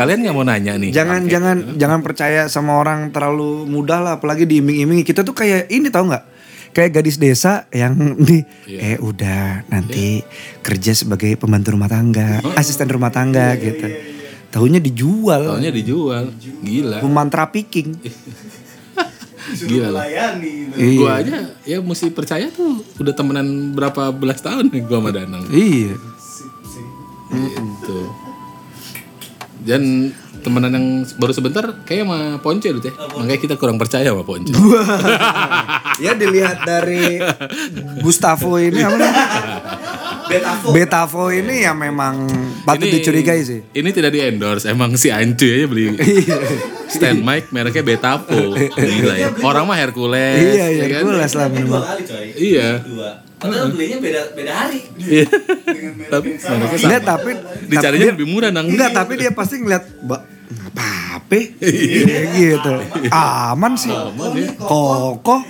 [SPEAKER 1] Kalian nggak mau nanya nih? Oke.
[SPEAKER 2] Jangan jangan jangan percaya sama orang terlalu mudah lah, apalagi diiming-imingi. Kita tuh kayak ini tahu nggak? Kayak gadis desa yang di
[SPEAKER 1] Iya.
[SPEAKER 2] eh udah nanti kerja sebagai pembantu rumah tangga,
[SPEAKER 1] Iya.
[SPEAKER 2] asisten rumah tangga gitu. Tahunya dijual,
[SPEAKER 1] Soalnya dijual. Gila.
[SPEAKER 2] human trafficking.
[SPEAKER 4] Suruh
[SPEAKER 1] Gila lah.
[SPEAKER 4] melayani. gitu.
[SPEAKER 2] Iya.
[SPEAKER 1] Gua aja ya mesti percaya tuh udah temenan berapa belas tahun nih gua sama Danang.
[SPEAKER 2] Iya.
[SPEAKER 4] Sip, sip.
[SPEAKER 1] Gitu. Dan temenan yang baru sebentar kayak sama Ponce dulu ya. Makanya kita kurang percaya sama Ponce.
[SPEAKER 2] ya dilihat dari Gustavo ini apa namanya?
[SPEAKER 3] betafo
[SPEAKER 2] Betavo ini ya memang patut
[SPEAKER 1] Ini-
[SPEAKER 2] dicurigai sih. Iya.
[SPEAKER 1] Ini tidak di endorse, emang si Ancu aja beli stand mic mereknya Betafo. Gila ya. Orang mah Hercules.
[SPEAKER 2] Iya, iya,
[SPEAKER 1] ya kan?
[SPEAKER 2] Hercules
[SPEAKER 3] Ini
[SPEAKER 2] lah
[SPEAKER 3] dua
[SPEAKER 2] minimal.
[SPEAKER 3] kali coy
[SPEAKER 1] Iya.
[SPEAKER 3] dua padahal belinya beda beda hari
[SPEAKER 1] Iya. Tapi mereknya sama.
[SPEAKER 2] Enggak, tapi
[SPEAKER 1] Dicarinya
[SPEAKER 2] tapi dia-
[SPEAKER 1] lebih murah nang.
[SPEAKER 2] Enggak, tapi dia pasti ngeliat Mbak apa-apa gitu. Aman sih. Kokoh.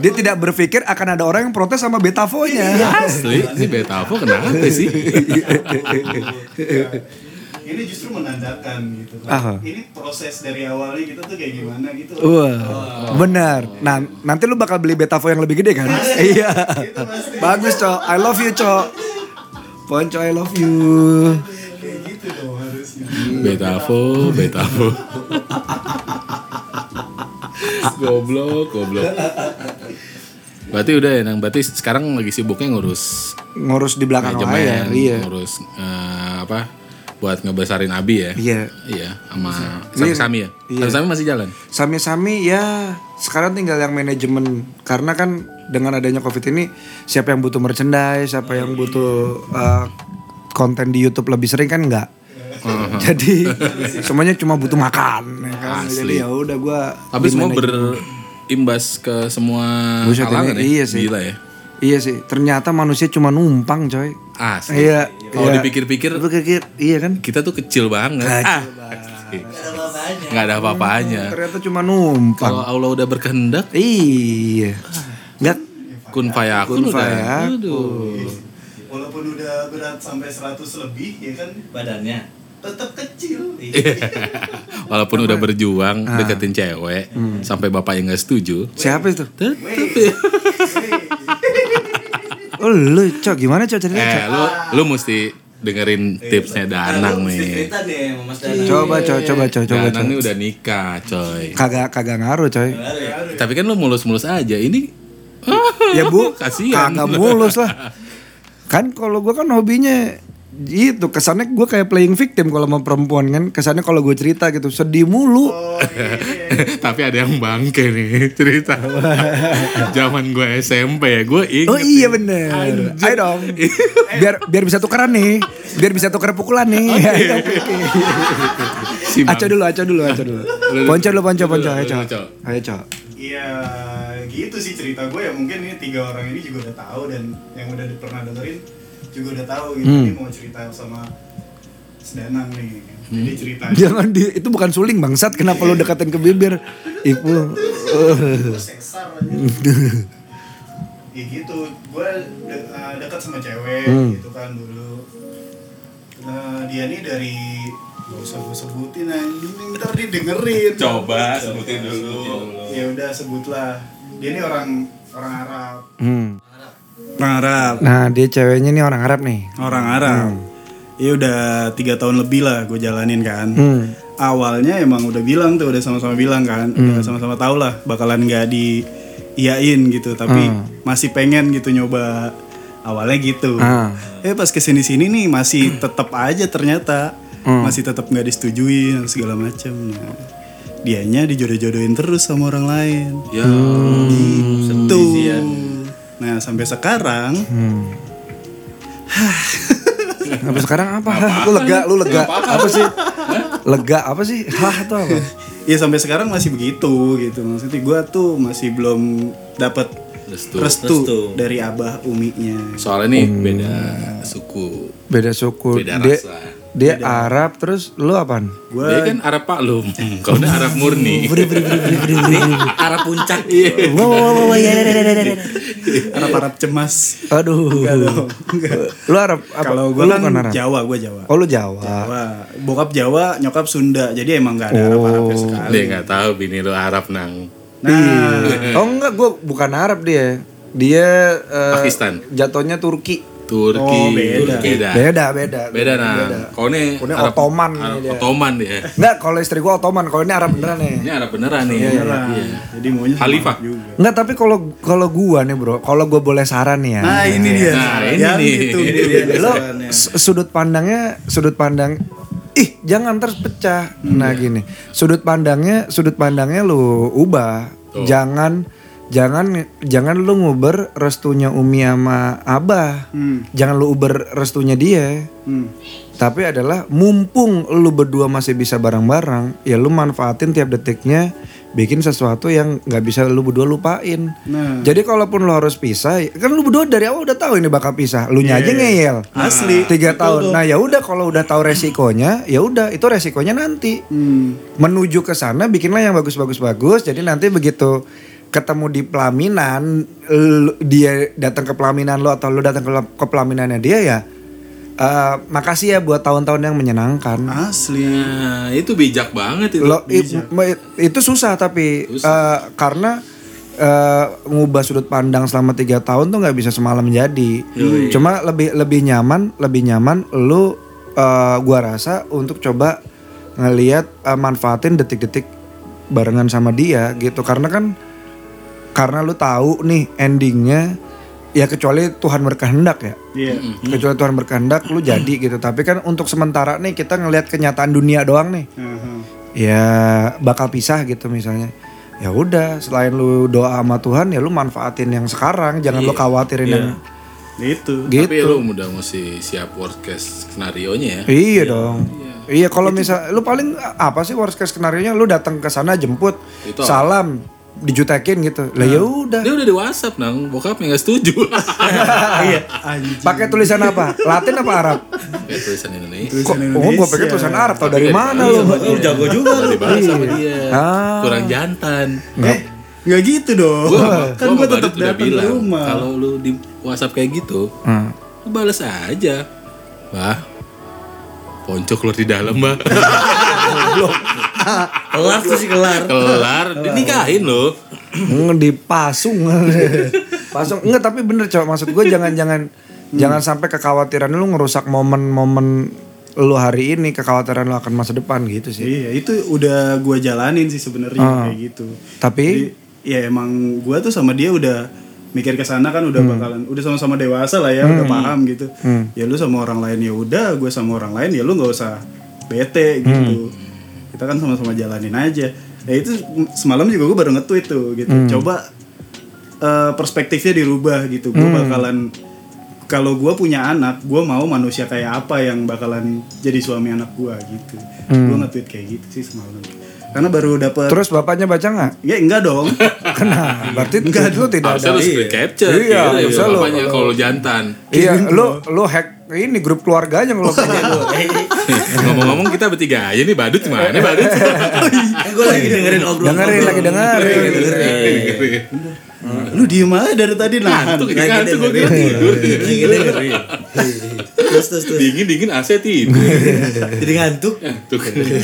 [SPEAKER 2] Dia tidak berpikir akan ada orang yang protes sama betafonya.
[SPEAKER 1] Asli, si Betafo kenapa sih?
[SPEAKER 4] Ya. Ini justru menandakan gitu
[SPEAKER 2] Aha.
[SPEAKER 4] kan. Ini proses dari awalnya kita tuh kayak gimana gitu.
[SPEAKER 2] Wah, benar. Nah, nanti lu bakal beli betafo yang lebih gede kan? Iya. Bagus, Cok. I love you, Cok. Ponco, I love you.
[SPEAKER 4] Kayak gitu dong harusnya.
[SPEAKER 1] Betafo, Betafo. goblok, goblok. Berarti udah ya, Nang. Berarti sekarang lagi sibuknya ngurus
[SPEAKER 2] Ngurus di belakang
[SPEAKER 1] manajemen,
[SPEAKER 2] layar, iya.
[SPEAKER 1] ngurus eh, apa? Buat ngebesarin Abi ya.
[SPEAKER 2] Iya.
[SPEAKER 1] Iya, sama Sami Sami ya.
[SPEAKER 2] Iya.
[SPEAKER 1] Sami Sami masih jalan.
[SPEAKER 2] Sami-sami ya sekarang tinggal yang manajemen karena kan dengan adanya covid ini siapa yang butuh merchandise, siapa yang butuh uh, konten di YouTube lebih sering kan enggak.
[SPEAKER 1] Oh,
[SPEAKER 2] Jadi semuanya cuma butuh makan ya kan. Jadi
[SPEAKER 1] Asli.
[SPEAKER 2] ya udah gua
[SPEAKER 1] Tapi
[SPEAKER 2] di
[SPEAKER 1] semua
[SPEAKER 2] manaj-
[SPEAKER 1] berimbas ke semua
[SPEAKER 2] Buset,
[SPEAKER 1] kalangan ya.
[SPEAKER 2] ini iya sih.
[SPEAKER 1] Gila ya.
[SPEAKER 2] Iya sih, ternyata manusia cuma numpang, coy.
[SPEAKER 1] Asli.
[SPEAKER 2] Iya.
[SPEAKER 1] Kalau
[SPEAKER 2] iya.
[SPEAKER 1] dipikir-pikir
[SPEAKER 2] Dipikir-pikir, iya kan?
[SPEAKER 1] kita tuh kecil banget.
[SPEAKER 3] ada
[SPEAKER 1] Ah,
[SPEAKER 3] apa-apanya
[SPEAKER 1] nggak ada apa-apanya.
[SPEAKER 2] Ternyata cuma numpang.
[SPEAKER 1] Kalau Allah udah berkehendak,
[SPEAKER 2] Iya. Enggak
[SPEAKER 1] kun fayakun udah.
[SPEAKER 2] Kun fayakun.
[SPEAKER 1] Aduh.
[SPEAKER 4] Walaupun udah berat sampai 100 lebih ya kan
[SPEAKER 3] badannya
[SPEAKER 4] tetap kecil. Iya.
[SPEAKER 1] Walaupun udah berjuang
[SPEAKER 2] Ah.
[SPEAKER 1] deketin cewek
[SPEAKER 2] Hmm.
[SPEAKER 1] sampai bapaknya nggak setuju.
[SPEAKER 2] siapa itu?
[SPEAKER 1] Tetep ya.
[SPEAKER 2] Oh, lu cok gimana cok ceritanya
[SPEAKER 1] Eh,
[SPEAKER 2] cok?
[SPEAKER 1] lu lu mesti dengerin tipsnya
[SPEAKER 3] nih.
[SPEAKER 1] Danang nih.
[SPEAKER 3] Cerita deh sama Mas Danang.
[SPEAKER 2] Coba cok, coba cok, coba
[SPEAKER 1] Danang
[SPEAKER 2] cok.
[SPEAKER 1] ini udah nikah, coy.
[SPEAKER 2] Kagak kagak ngaruh coy.
[SPEAKER 3] Dengar ya.
[SPEAKER 1] Tapi kan lu mulus-mulus aja. Ini
[SPEAKER 2] Ya bu,
[SPEAKER 1] Kasihan.
[SPEAKER 2] kagak mulus lah. Kan kalau gua kan hobinya itu kesannya gua kayak playing victim kalau sama perempuan kan kesannya kalau gue cerita gitu sedih mulu
[SPEAKER 4] Oh, iya,
[SPEAKER 1] tapi ada yang bangke nih cerita. Zaman gue SMP, gue ya, inget.
[SPEAKER 2] oh iya
[SPEAKER 1] nih.
[SPEAKER 2] bener ayo dong biar biar bisa tukeran nih biar bisa tuker pukulan nih Ayo dong, oke.
[SPEAKER 1] Si Bang-
[SPEAKER 2] Aco dulu, aco dulu, aco dulu.
[SPEAKER 1] Lu-
[SPEAKER 2] Ponco dulu, ponco, ponco,
[SPEAKER 1] lu-
[SPEAKER 2] ayo
[SPEAKER 1] lu-
[SPEAKER 2] Cok.
[SPEAKER 1] lu- Cok.
[SPEAKER 2] Ayo Cok.
[SPEAKER 4] Iya gitu sih cerita gue ya mungkin ini tiga orang ini juga udah tahu dan yang udah di- pernah dengerin juga udah tahu gitu
[SPEAKER 2] Hmm.
[SPEAKER 4] ini mau cerita sama Sedanang nih. Jadi
[SPEAKER 2] Hmm.
[SPEAKER 4] ceritanya
[SPEAKER 2] Jangan di itu bukan suling bangsat, kenapa lu deketin ke bibir? Ibu.
[SPEAKER 4] gue sesar aja. ya gitu, gue de- eh, dekat sama cewek
[SPEAKER 2] Hmm.
[SPEAKER 4] gitu kan dulu. Nah, dia nih dari gak usah gue sebutin anjing ntar didengerin.
[SPEAKER 1] Coba sebutin dulu.
[SPEAKER 4] Ya udah sebutlah. Dia nih orang orang Arab.
[SPEAKER 2] Hmm.
[SPEAKER 5] Orang Arab.
[SPEAKER 2] Nah, dia ceweknya nih orang Arab nih.
[SPEAKER 5] Orang Arab.
[SPEAKER 4] Ya udah tiga tahun lebih lah gue jalanin kan.
[SPEAKER 2] Hmm.
[SPEAKER 4] Awalnya emang udah bilang tuh udah sama-sama bilang kan, udah sama-sama tau lah bakalan nggak di iyain gitu, tapi masih pengen gitu nyoba. Awalnya gitu.
[SPEAKER 2] Ah.
[SPEAKER 4] Eh pas kesini sini nih masih tetap aja ternyata masih tetap nggak disetujui dan segala macam. Nah, dianya dijodoh-jodohin terus sama orang lain.
[SPEAKER 1] Ya,
[SPEAKER 4] Tuh. Nah sampai sekarang
[SPEAKER 2] Hmm. Apa sekarang apa? Lu lega, lu lega. Apa sih? Lega apa sih? Hah tuh apa?
[SPEAKER 4] ya sampai sekarang masih begitu gitu maksudnya gue tuh masih belum dapat
[SPEAKER 1] restu.
[SPEAKER 4] restu,
[SPEAKER 5] Restu.
[SPEAKER 4] dari abah uminya
[SPEAKER 1] Soalnya
[SPEAKER 2] Oh.
[SPEAKER 1] nih beda suku,
[SPEAKER 2] Beda suku.
[SPEAKER 1] beda
[SPEAKER 2] dia
[SPEAKER 1] rasa.
[SPEAKER 2] dia Arab terus lu apaan?
[SPEAKER 4] gue
[SPEAKER 1] Dia kan Arab Paklum, kalau dia Arab murni. Iya.
[SPEAKER 5] Arab puncak.
[SPEAKER 2] Wow, wow, wow, wow, ya, ya, ya, ya, ya.
[SPEAKER 4] arab arab cemas
[SPEAKER 2] Aduh.
[SPEAKER 4] Enggak dong, enggak.
[SPEAKER 2] Lu Arab apa?
[SPEAKER 4] kalau gue
[SPEAKER 2] Lu
[SPEAKER 4] kan
[SPEAKER 2] bukan Arab.
[SPEAKER 4] jawa gue jawa
[SPEAKER 2] Oh lu Jawa.
[SPEAKER 4] Jawa. bokap jawa nyokap sunda jadi emang nggak ada arab
[SPEAKER 2] Oh.
[SPEAKER 4] arabnya sekali
[SPEAKER 1] dia Iya, nggak tahu bini lu Arab nang.
[SPEAKER 4] nah
[SPEAKER 2] Oh enggak, gue bukan Arab dia. Dia eh,
[SPEAKER 1] Pakistan.
[SPEAKER 2] Jatuhnya Turki.
[SPEAKER 1] Turki.
[SPEAKER 4] Oh, beda.
[SPEAKER 1] Beda.
[SPEAKER 2] Beda, beda.
[SPEAKER 1] Beda nah. nang. Kalau ini
[SPEAKER 2] Kalau ini Ottoman nih
[SPEAKER 1] Arab
[SPEAKER 2] dia.
[SPEAKER 1] Ottoman dia.
[SPEAKER 2] Enggak, kalau istri gue Ottoman, kalau ini Arab beneran nih.
[SPEAKER 1] Ini Arab beneran nih.
[SPEAKER 4] Nah,
[SPEAKER 1] Iya.
[SPEAKER 4] jadi maunya sama
[SPEAKER 1] Khalifah.
[SPEAKER 4] Arab juga
[SPEAKER 2] Enggak, tapi kalau kalau gua nih, Bro, kalau gua boleh saran nih ya.
[SPEAKER 4] nah ini dia
[SPEAKER 1] Nah, ini
[SPEAKER 4] Yang
[SPEAKER 1] nih.
[SPEAKER 4] itu dia
[SPEAKER 2] Iya,
[SPEAKER 4] ya.
[SPEAKER 2] lo
[SPEAKER 4] Iya, sarannya.
[SPEAKER 2] s- sudut pandangnya sudut pandang ih jangan terpecah nah gini sudut pandangnya sudut pandangnya lu ubah jangan jangan jangan lu nguber restunya Umi sama Abah jangan lu uber restunya dia
[SPEAKER 4] Hmm.
[SPEAKER 2] tapi adalah mumpung lu berdua masih bisa bareng-bareng ya lu manfaatin tiap detiknya bikin sesuatu yang nggak bisa lu berdua lupain
[SPEAKER 4] Nah.
[SPEAKER 2] jadi kalaupun lo harus pisah, kan lu berdua dari awal udah tahu ini bakal pisah. Lu nya aja ngeyel.
[SPEAKER 4] Iya, Asli.
[SPEAKER 2] Tiga
[SPEAKER 4] Betul
[SPEAKER 2] tahun.
[SPEAKER 4] tuh.
[SPEAKER 2] Nah ya udah kalau udah tahu resikonya, ya udah itu resikonya nanti.
[SPEAKER 4] Hmm.
[SPEAKER 2] Menuju ke sana bikinlah yang bagus-bagus-bagus. Jadi nanti begitu ketemu di pelaminan, lu- dia datang ke pelaminan lo atau lu datang ke, ke pelaminannya dia ya. eh, makasih ya buat tahun-tahun yang menyenangkan.
[SPEAKER 4] asli
[SPEAKER 1] Nah, itu bijak banget itu.
[SPEAKER 2] Lo- i- me- itu susah tapi eh, karena eh, ngubah sudut pandang selama tiga tahun tuh nggak bisa semalam jadi. Cuma lebih lebih nyaman, lebih nyaman lu eh, gua rasa untuk coba ngelihat eh, manfaatin detik-detik barengan sama dia gitu karena kan karena lu tahu nih endingnya ya kecuali Tuhan berkehendak ya
[SPEAKER 4] iya
[SPEAKER 1] Hmm.
[SPEAKER 2] kecuali Tuhan berkehendak lu jadi gitu tapi kan untuk sementara nih kita ngelihat kenyataan dunia doang nih
[SPEAKER 4] Aha.
[SPEAKER 2] ya bakal pisah gitu misalnya ya udah selain lu doa sama Tuhan ya lu manfaatin yang sekarang jangan lu khawatirin yang
[SPEAKER 4] itu
[SPEAKER 1] Tapi
[SPEAKER 2] gitu
[SPEAKER 1] lu udah mesti siap worst case skenario nya ya.
[SPEAKER 2] iya dong iya kalau misal lu paling ah, apa sih worst case skenario nya lu datang ke sana jemput
[SPEAKER 1] Itu apa?
[SPEAKER 2] salam dijutekin gitu lah ya udah
[SPEAKER 1] Dia udah di WhatsApp nang, bokapnya nggak setuju.
[SPEAKER 4] iya anjing
[SPEAKER 2] pakai tulisan apa Latin apa Arab
[SPEAKER 1] Kayak tulisan Indonesia. Iya.
[SPEAKER 2] Kok, oh gua pikir tulisan Arab tau dari mana lu
[SPEAKER 5] Lu jago juga
[SPEAKER 1] Udah
[SPEAKER 5] lu.
[SPEAKER 1] dibahas sama dia.
[SPEAKER 2] Ah.
[SPEAKER 1] Kurang jantan.
[SPEAKER 4] Eh, nggak gitu dong.
[SPEAKER 1] Gua,
[SPEAKER 4] kan
[SPEAKER 1] gua
[SPEAKER 4] gue
[SPEAKER 1] sama
[SPEAKER 4] tetap
[SPEAKER 1] Badut udah
[SPEAKER 4] datang ke
[SPEAKER 1] bilang
[SPEAKER 4] rumah.
[SPEAKER 1] kalau lu di WhatsApp kayak gitu,
[SPEAKER 2] Hmm.
[SPEAKER 1] lu bales aja. Bah, poncok keluar di dalam, Bah.
[SPEAKER 5] Kelar tuh sih kelar.
[SPEAKER 1] Kelar, dinikahin lo.
[SPEAKER 2] Hmm, dipasung langsung enggak tapi bener coba maksud gue jangan jangan jangan sampai kekhawatiran lu ngerusak momen-momen lu hari ini kekhawatiran lu akan masa depan gitu sih
[SPEAKER 4] Iya, itu udah gua jalanin sih sebenarnya
[SPEAKER 2] Ah.
[SPEAKER 4] kayak gitu.
[SPEAKER 2] Tapi?
[SPEAKER 4] Jadi, ya emang gua tuh sama dia udah mikir ke sana kan udah
[SPEAKER 2] Hmm.
[SPEAKER 4] bakalan udah sama-sama dewasa lah ya, udah paham gitu. Ya lu sama orang lain ya udah, gua sama orang lain ya lu nggak usah bete gitu.
[SPEAKER 2] Hmm.
[SPEAKER 4] Kita kan sama-sama jalanin aja. Ya itu semalam juga gua baru nge-tweet tuh gitu.
[SPEAKER 2] Hmm.
[SPEAKER 4] Coba eh, perspektifnya dirubah gitu.
[SPEAKER 2] Hmm.
[SPEAKER 4] Gua bakalan kalau gua punya anak, gua mau manusia kayak apa yang bakalan jadi suami anak gua gitu. Gua nge-tweet kayak gitu sih semalam. Karena baru dapat
[SPEAKER 2] Hmm. terus bapaknya baca nggak
[SPEAKER 4] Ya enggak dong.
[SPEAKER 2] Nah, berarti enggak lu tidak
[SPEAKER 1] Harusnya
[SPEAKER 2] ada.
[SPEAKER 1] lu screen capture.
[SPEAKER 2] Iya,
[SPEAKER 1] gitu ya,
[SPEAKER 2] harusnya lu-
[SPEAKER 1] bapaknya kalau lu jantan.
[SPEAKER 2] Iya, lu lu hack ini grup keluarga aja kalau punya Iya, lu.
[SPEAKER 1] Ngomong-ngomong kita bertiga aja nih badut gimana badut?
[SPEAKER 5] Eh, gue lagi dengerin obrolan.
[SPEAKER 2] Dengerin lagi Iya, dengerin.
[SPEAKER 5] Hmm.
[SPEAKER 4] Lu diem aja dari tadi
[SPEAKER 5] nah.
[SPEAKER 4] nahan.
[SPEAKER 1] Ngantuk ya ngantuk gue kira tidur.
[SPEAKER 5] Iya,
[SPEAKER 2] Iya,
[SPEAKER 5] Terus terus terus.
[SPEAKER 1] Dingin dingin AC tidur.
[SPEAKER 5] Jadi ngantuk. Hmm.
[SPEAKER 1] Tuh.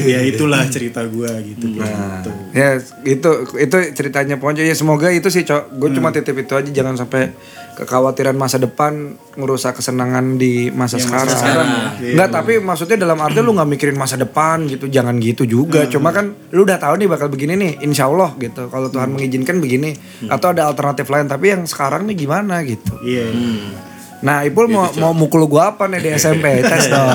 [SPEAKER 4] ya itulah cerita gua gitu.
[SPEAKER 5] Nah.
[SPEAKER 4] Gitu.
[SPEAKER 2] Ya itu itu ceritanya Ponco ya semoga itu sih cok gue cuma titip itu aja jangan sampai kekhawatiran masa depan ngerusak kesenangan di masa sekarang.
[SPEAKER 4] sekarang.
[SPEAKER 2] Enggak tapi maksudnya dalam arti lu nggak mikirin masa depan gitu jangan gitu juga cuma kan lu udah tahu nih bakal begini nih insya Allah gitu kalau Tuhan mengizinkan begini atau ada alternatif lain tapi yang sekarang nih gimana gitu.
[SPEAKER 4] Iya.
[SPEAKER 5] Hmm.
[SPEAKER 2] Nah Ipul mau mau mukul gua apa nih di SMP tes dong.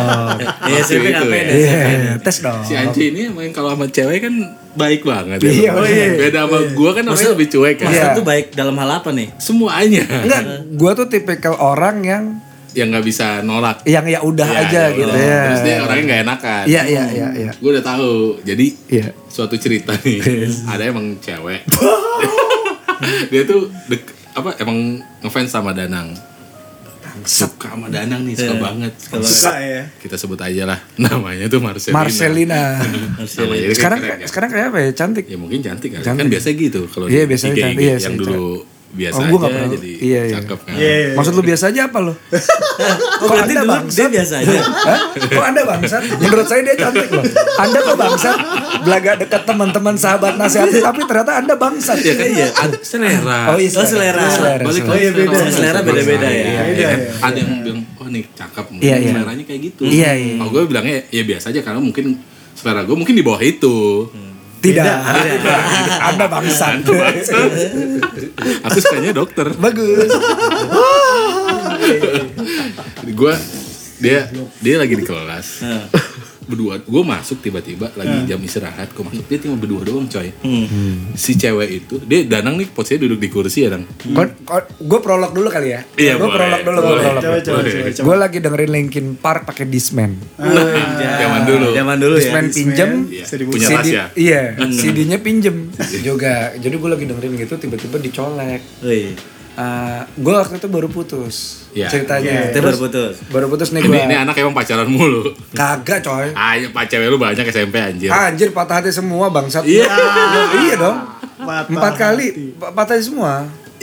[SPEAKER 5] Iya,
[SPEAKER 1] Masih
[SPEAKER 5] SMP
[SPEAKER 1] gitu
[SPEAKER 5] ngapain?
[SPEAKER 1] ya.
[SPEAKER 5] ya?
[SPEAKER 2] Iya tes dong.
[SPEAKER 1] Si Anji ini main kalau sama cewek kan baik banget ya.
[SPEAKER 2] Iya,
[SPEAKER 1] Oh,
[SPEAKER 2] iya.
[SPEAKER 1] Beda sama gue kan orangnya lebih cuek kan.
[SPEAKER 5] Mas
[SPEAKER 2] Iya.
[SPEAKER 5] Tom tuh baik dalam hal apa nih?
[SPEAKER 1] Semuanya
[SPEAKER 2] Enggak, gua tuh tipikal orang yang
[SPEAKER 1] yang nggak bisa norak.
[SPEAKER 2] yang ya udah
[SPEAKER 1] Ya,
[SPEAKER 2] aja
[SPEAKER 1] ya
[SPEAKER 2] gitu
[SPEAKER 1] udah.
[SPEAKER 2] ya.
[SPEAKER 1] Terus dia orangnya nggak enakan.
[SPEAKER 2] Iya iya iya iya.
[SPEAKER 1] Gue udah tahu. Jadi
[SPEAKER 2] Iya.
[SPEAKER 1] suatu cerita nih ada emang cewek dia tuh dek- apa emang ngefans sama Danang suka sama Danang nih
[SPEAKER 2] Iya.
[SPEAKER 1] suka banget
[SPEAKER 4] Suka ya.
[SPEAKER 1] kita sebut aja lah namanya tuh Marcelina,
[SPEAKER 2] Marcelina.
[SPEAKER 1] Namanya dia
[SPEAKER 2] Sekarang
[SPEAKER 1] keren kan?
[SPEAKER 2] sekarang kayak apa ya? Cantik.
[SPEAKER 1] ya mungkin cantik kali
[SPEAKER 2] Cantik.
[SPEAKER 1] kan biasa gitu kalau
[SPEAKER 2] Iya,
[SPEAKER 1] di
[SPEAKER 2] biasanya
[SPEAKER 1] IG
[SPEAKER 2] cantik.
[SPEAKER 1] gitu,
[SPEAKER 2] Iya,
[SPEAKER 1] yang
[SPEAKER 2] sih,
[SPEAKER 1] dulu biasa
[SPEAKER 2] Oh, gua nggak
[SPEAKER 1] aja
[SPEAKER 2] pernah.
[SPEAKER 1] jadi
[SPEAKER 2] Iya, iya.
[SPEAKER 1] cakep kan
[SPEAKER 4] Iya, iya.
[SPEAKER 2] Maksud lu biasa aja apa lo?
[SPEAKER 5] Oh, berarti
[SPEAKER 2] Anda
[SPEAKER 5] dulu dia
[SPEAKER 2] bangsat.
[SPEAKER 5] biasa aja.
[SPEAKER 2] Hah? Kok Anda bangsat? Menurut saya dia cantik loh. Anda kok bangsat? Belaga dekat teman-teman sahabat nasihat tapi ternyata Anda bangsat.
[SPEAKER 1] ya kan ya ad- selera
[SPEAKER 2] Oh iya,
[SPEAKER 5] Oh, selera.
[SPEAKER 2] selera.
[SPEAKER 1] balik
[SPEAKER 2] selera.
[SPEAKER 1] lagi
[SPEAKER 4] iya, beda.
[SPEAKER 1] sama
[SPEAKER 5] Selera beda-beda ya.
[SPEAKER 1] Iya,
[SPEAKER 4] Beda
[SPEAKER 1] kan?
[SPEAKER 4] ya.
[SPEAKER 1] ada yang bilang oh nih cakep mungkin
[SPEAKER 2] Iya, iya.
[SPEAKER 1] seleranya kayak gitu
[SPEAKER 2] Iya, iya.
[SPEAKER 1] kalau gue bilangnya ya biasa aja karena mungkin selera gue mungkin di bawah itu
[SPEAKER 5] Hmm.
[SPEAKER 2] Tidak. Anda bangsat.
[SPEAKER 1] aku sukanya dokter
[SPEAKER 2] Bagus.
[SPEAKER 1] gue dia dia lagi di kelas berdua gue masuk tiba-tiba lagi jam istirahat gue masuk dia cuma berdua doang coy si cewek itu dia danang nih posisinya duduk di kursi ya dang
[SPEAKER 2] Gue prolog dulu kali ya.
[SPEAKER 1] Iya,
[SPEAKER 2] Gue
[SPEAKER 1] boleh.
[SPEAKER 2] prolog dulu.
[SPEAKER 1] Boleh.
[SPEAKER 4] Coba coba coba. coba.
[SPEAKER 2] Gue lagi dengerin Linkin Park pakai Discman.
[SPEAKER 4] Ah,
[SPEAKER 1] zaman dulu
[SPEAKER 5] Zaman dulu ya.
[SPEAKER 2] Discman pinjem,
[SPEAKER 1] Iya,
[SPEAKER 4] Bisa dibuka.
[SPEAKER 1] punya Hmm.
[SPEAKER 2] CD,
[SPEAKER 1] rahasia
[SPEAKER 2] iya, CD-nya pinjem
[SPEAKER 1] Iya.
[SPEAKER 2] juga. Jadi gue lagi dengerin gitu, tiba-tiba dicolek.
[SPEAKER 5] Wih.
[SPEAKER 2] gue waktu itu baru putus
[SPEAKER 1] Iya.
[SPEAKER 2] ceritanya.
[SPEAKER 5] Kita
[SPEAKER 2] Terus
[SPEAKER 5] berputus.
[SPEAKER 2] baru putus nih
[SPEAKER 1] ini,
[SPEAKER 2] gue.
[SPEAKER 1] ini anak emang pacaran mulu
[SPEAKER 2] Kagak coy.
[SPEAKER 1] ah ya, pak cewek lu banyak SMP anjir
[SPEAKER 2] Anjir patah hati semua bangsat.
[SPEAKER 1] Iya.
[SPEAKER 2] iya dong.
[SPEAKER 4] Patah
[SPEAKER 2] Empat kali
[SPEAKER 4] hati.
[SPEAKER 2] pa- patah hati semua.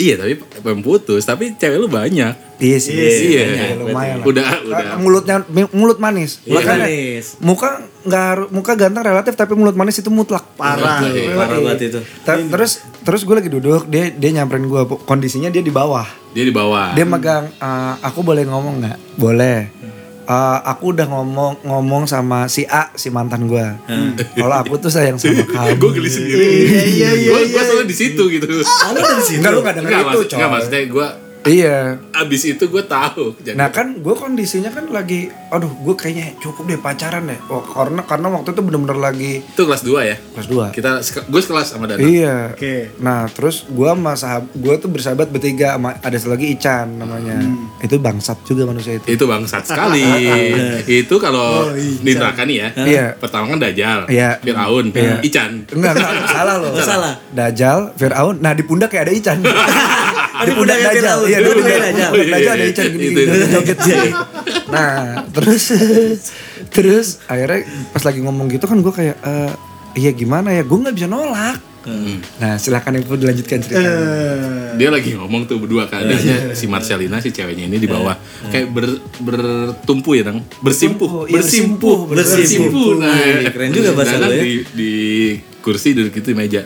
[SPEAKER 1] Iya tapi belum putus tapi cewek lu banyak.
[SPEAKER 2] Iya sih.
[SPEAKER 1] Iya.
[SPEAKER 2] Ya, lumayan lah.
[SPEAKER 1] Udah udah. Iya.
[SPEAKER 2] Kan Mulutnya mulut manis.
[SPEAKER 5] Mulut
[SPEAKER 2] Makanya,
[SPEAKER 5] Iya, manis.
[SPEAKER 2] Muka nggak harus- muka ganteng relatif tapi mulut manis itu mutlak.
[SPEAKER 4] Parah.
[SPEAKER 1] Iya, iya.
[SPEAKER 5] Parah banget itu.
[SPEAKER 2] Ta- terus terus gue lagi duduk dia dia nyamperin gue kondisinya dia di bawah
[SPEAKER 1] Dia di bawah.
[SPEAKER 2] dia megang eh, aku boleh ngomong nggak boleh
[SPEAKER 1] Hmm.
[SPEAKER 2] Eh, aku udah ngomong ngomong sama si A si mantan gue
[SPEAKER 1] Hmm.
[SPEAKER 2] kalau aku tuh sayang sama kamu
[SPEAKER 1] gue geli sendiri. Iya iya iya. Gue soalnya di situ gitu.
[SPEAKER 5] Anda dari sini.
[SPEAKER 2] enggak lu nggak denger
[SPEAKER 1] Enggak
[SPEAKER 2] itu
[SPEAKER 1] mas,
[SPEAKER 2] coy
[SPEAKER 1] enggak maksudnya gue
[SPEAKER 2] iya
[SPEAKER 1] abis itu gue tahu. Jadi,
[SPEAKER 2] nah kan gue kondisinya kan lagi aduh gue kayaknya cukup deh pacaran deh Wah, karena karena waktu itu bener-bener lagi
[SPEAKER 1] itu kelas 2 ya.
[SPEAKER 2] kelas 2
[SPEAKER 1] Kita gue sekelas sama Dana.
[SPEAKER 2] Iya.
[SPEAKER 4] Oke.
[SPEAKER 2] Nah, terus gua sama sahab, gua tuh bersahabat bertiga sama ada satu lagi Ican namanya.
[SPEAKER 5] Hmm.
[SPEAKER 2] Itu bangsat juga manusia itu.
[SPEAKER 1] Itu bangsat sekali.
[SPEAKER 5] Iya.
[SPEAKER 1] itu
[SPEAKER 5] Oh,
[SPEAKER 1] kalau di neraka nih ya.
[SPEAKER 2] Iya.
[SPEAKER 1] Pertama kan Dajjal,
[SPEAKER 2] Iya.
[SPEAKER 1] Fir'aun, Ican.
[SPEAKER 2] Enggak, enggak, salah loh.
[SPEAKER 5] Oh, salah.
[SPEAKER 2] Dajal, Firaun. Nah, di pundak ya ada Ican. di
[SPEAKER 5] pundaknya
[SPEAKER 2] Dajjal.
[SPEAKER 5] Firaun.
[SPEAKER 2] Iya, di
[SPEAKER 5] Di
[SPEAKER 2] pundak
[SPEAKER 5] pundaknya
[SPEAKER 2] Dajjal.
[SPEAKER 5] Dajjal.
[SPEAKER 2] Dajjal ada Ican gini.
[SPEAKER 1] Itu, itu.
[SPEAKER 2] gini, joget sih. Nah, terus terus akhirnya pas lagi ngomong gitu kan gua kayak eh iya gimana ya? Gua nggak bisa nolak.
[SPEAKER 5] Hmm.
[SPEAKER 2] Nah, silakan yang perlu dilanjutkan ceritanya.
[SPEAKER 5] Eh,
[SPEAKER 1] dia lagi ngomong tuh berdua
[SPEAKER 5] Iya.
[SPEAKER 1] keadaannya si Marcelina si ceweknya ini di bawah kayak ber- bertumpu ya nang bersimpuh
[SPEAKER 2] Bertumpu, iya,
[SPEAKER 1] bersimpuh
[SPEAKER 2] bersimpuh,
[SPEAKER 5] Oh, bersimpuh.
[SPEAKER 1] nah
[SPEAKER 5] Iya, keren juga bahasa
[SPEAKER 1] Danang
[SPEAKER 5] lo ya.
[SPEAKER 1] di, di kursi duduk itu di meja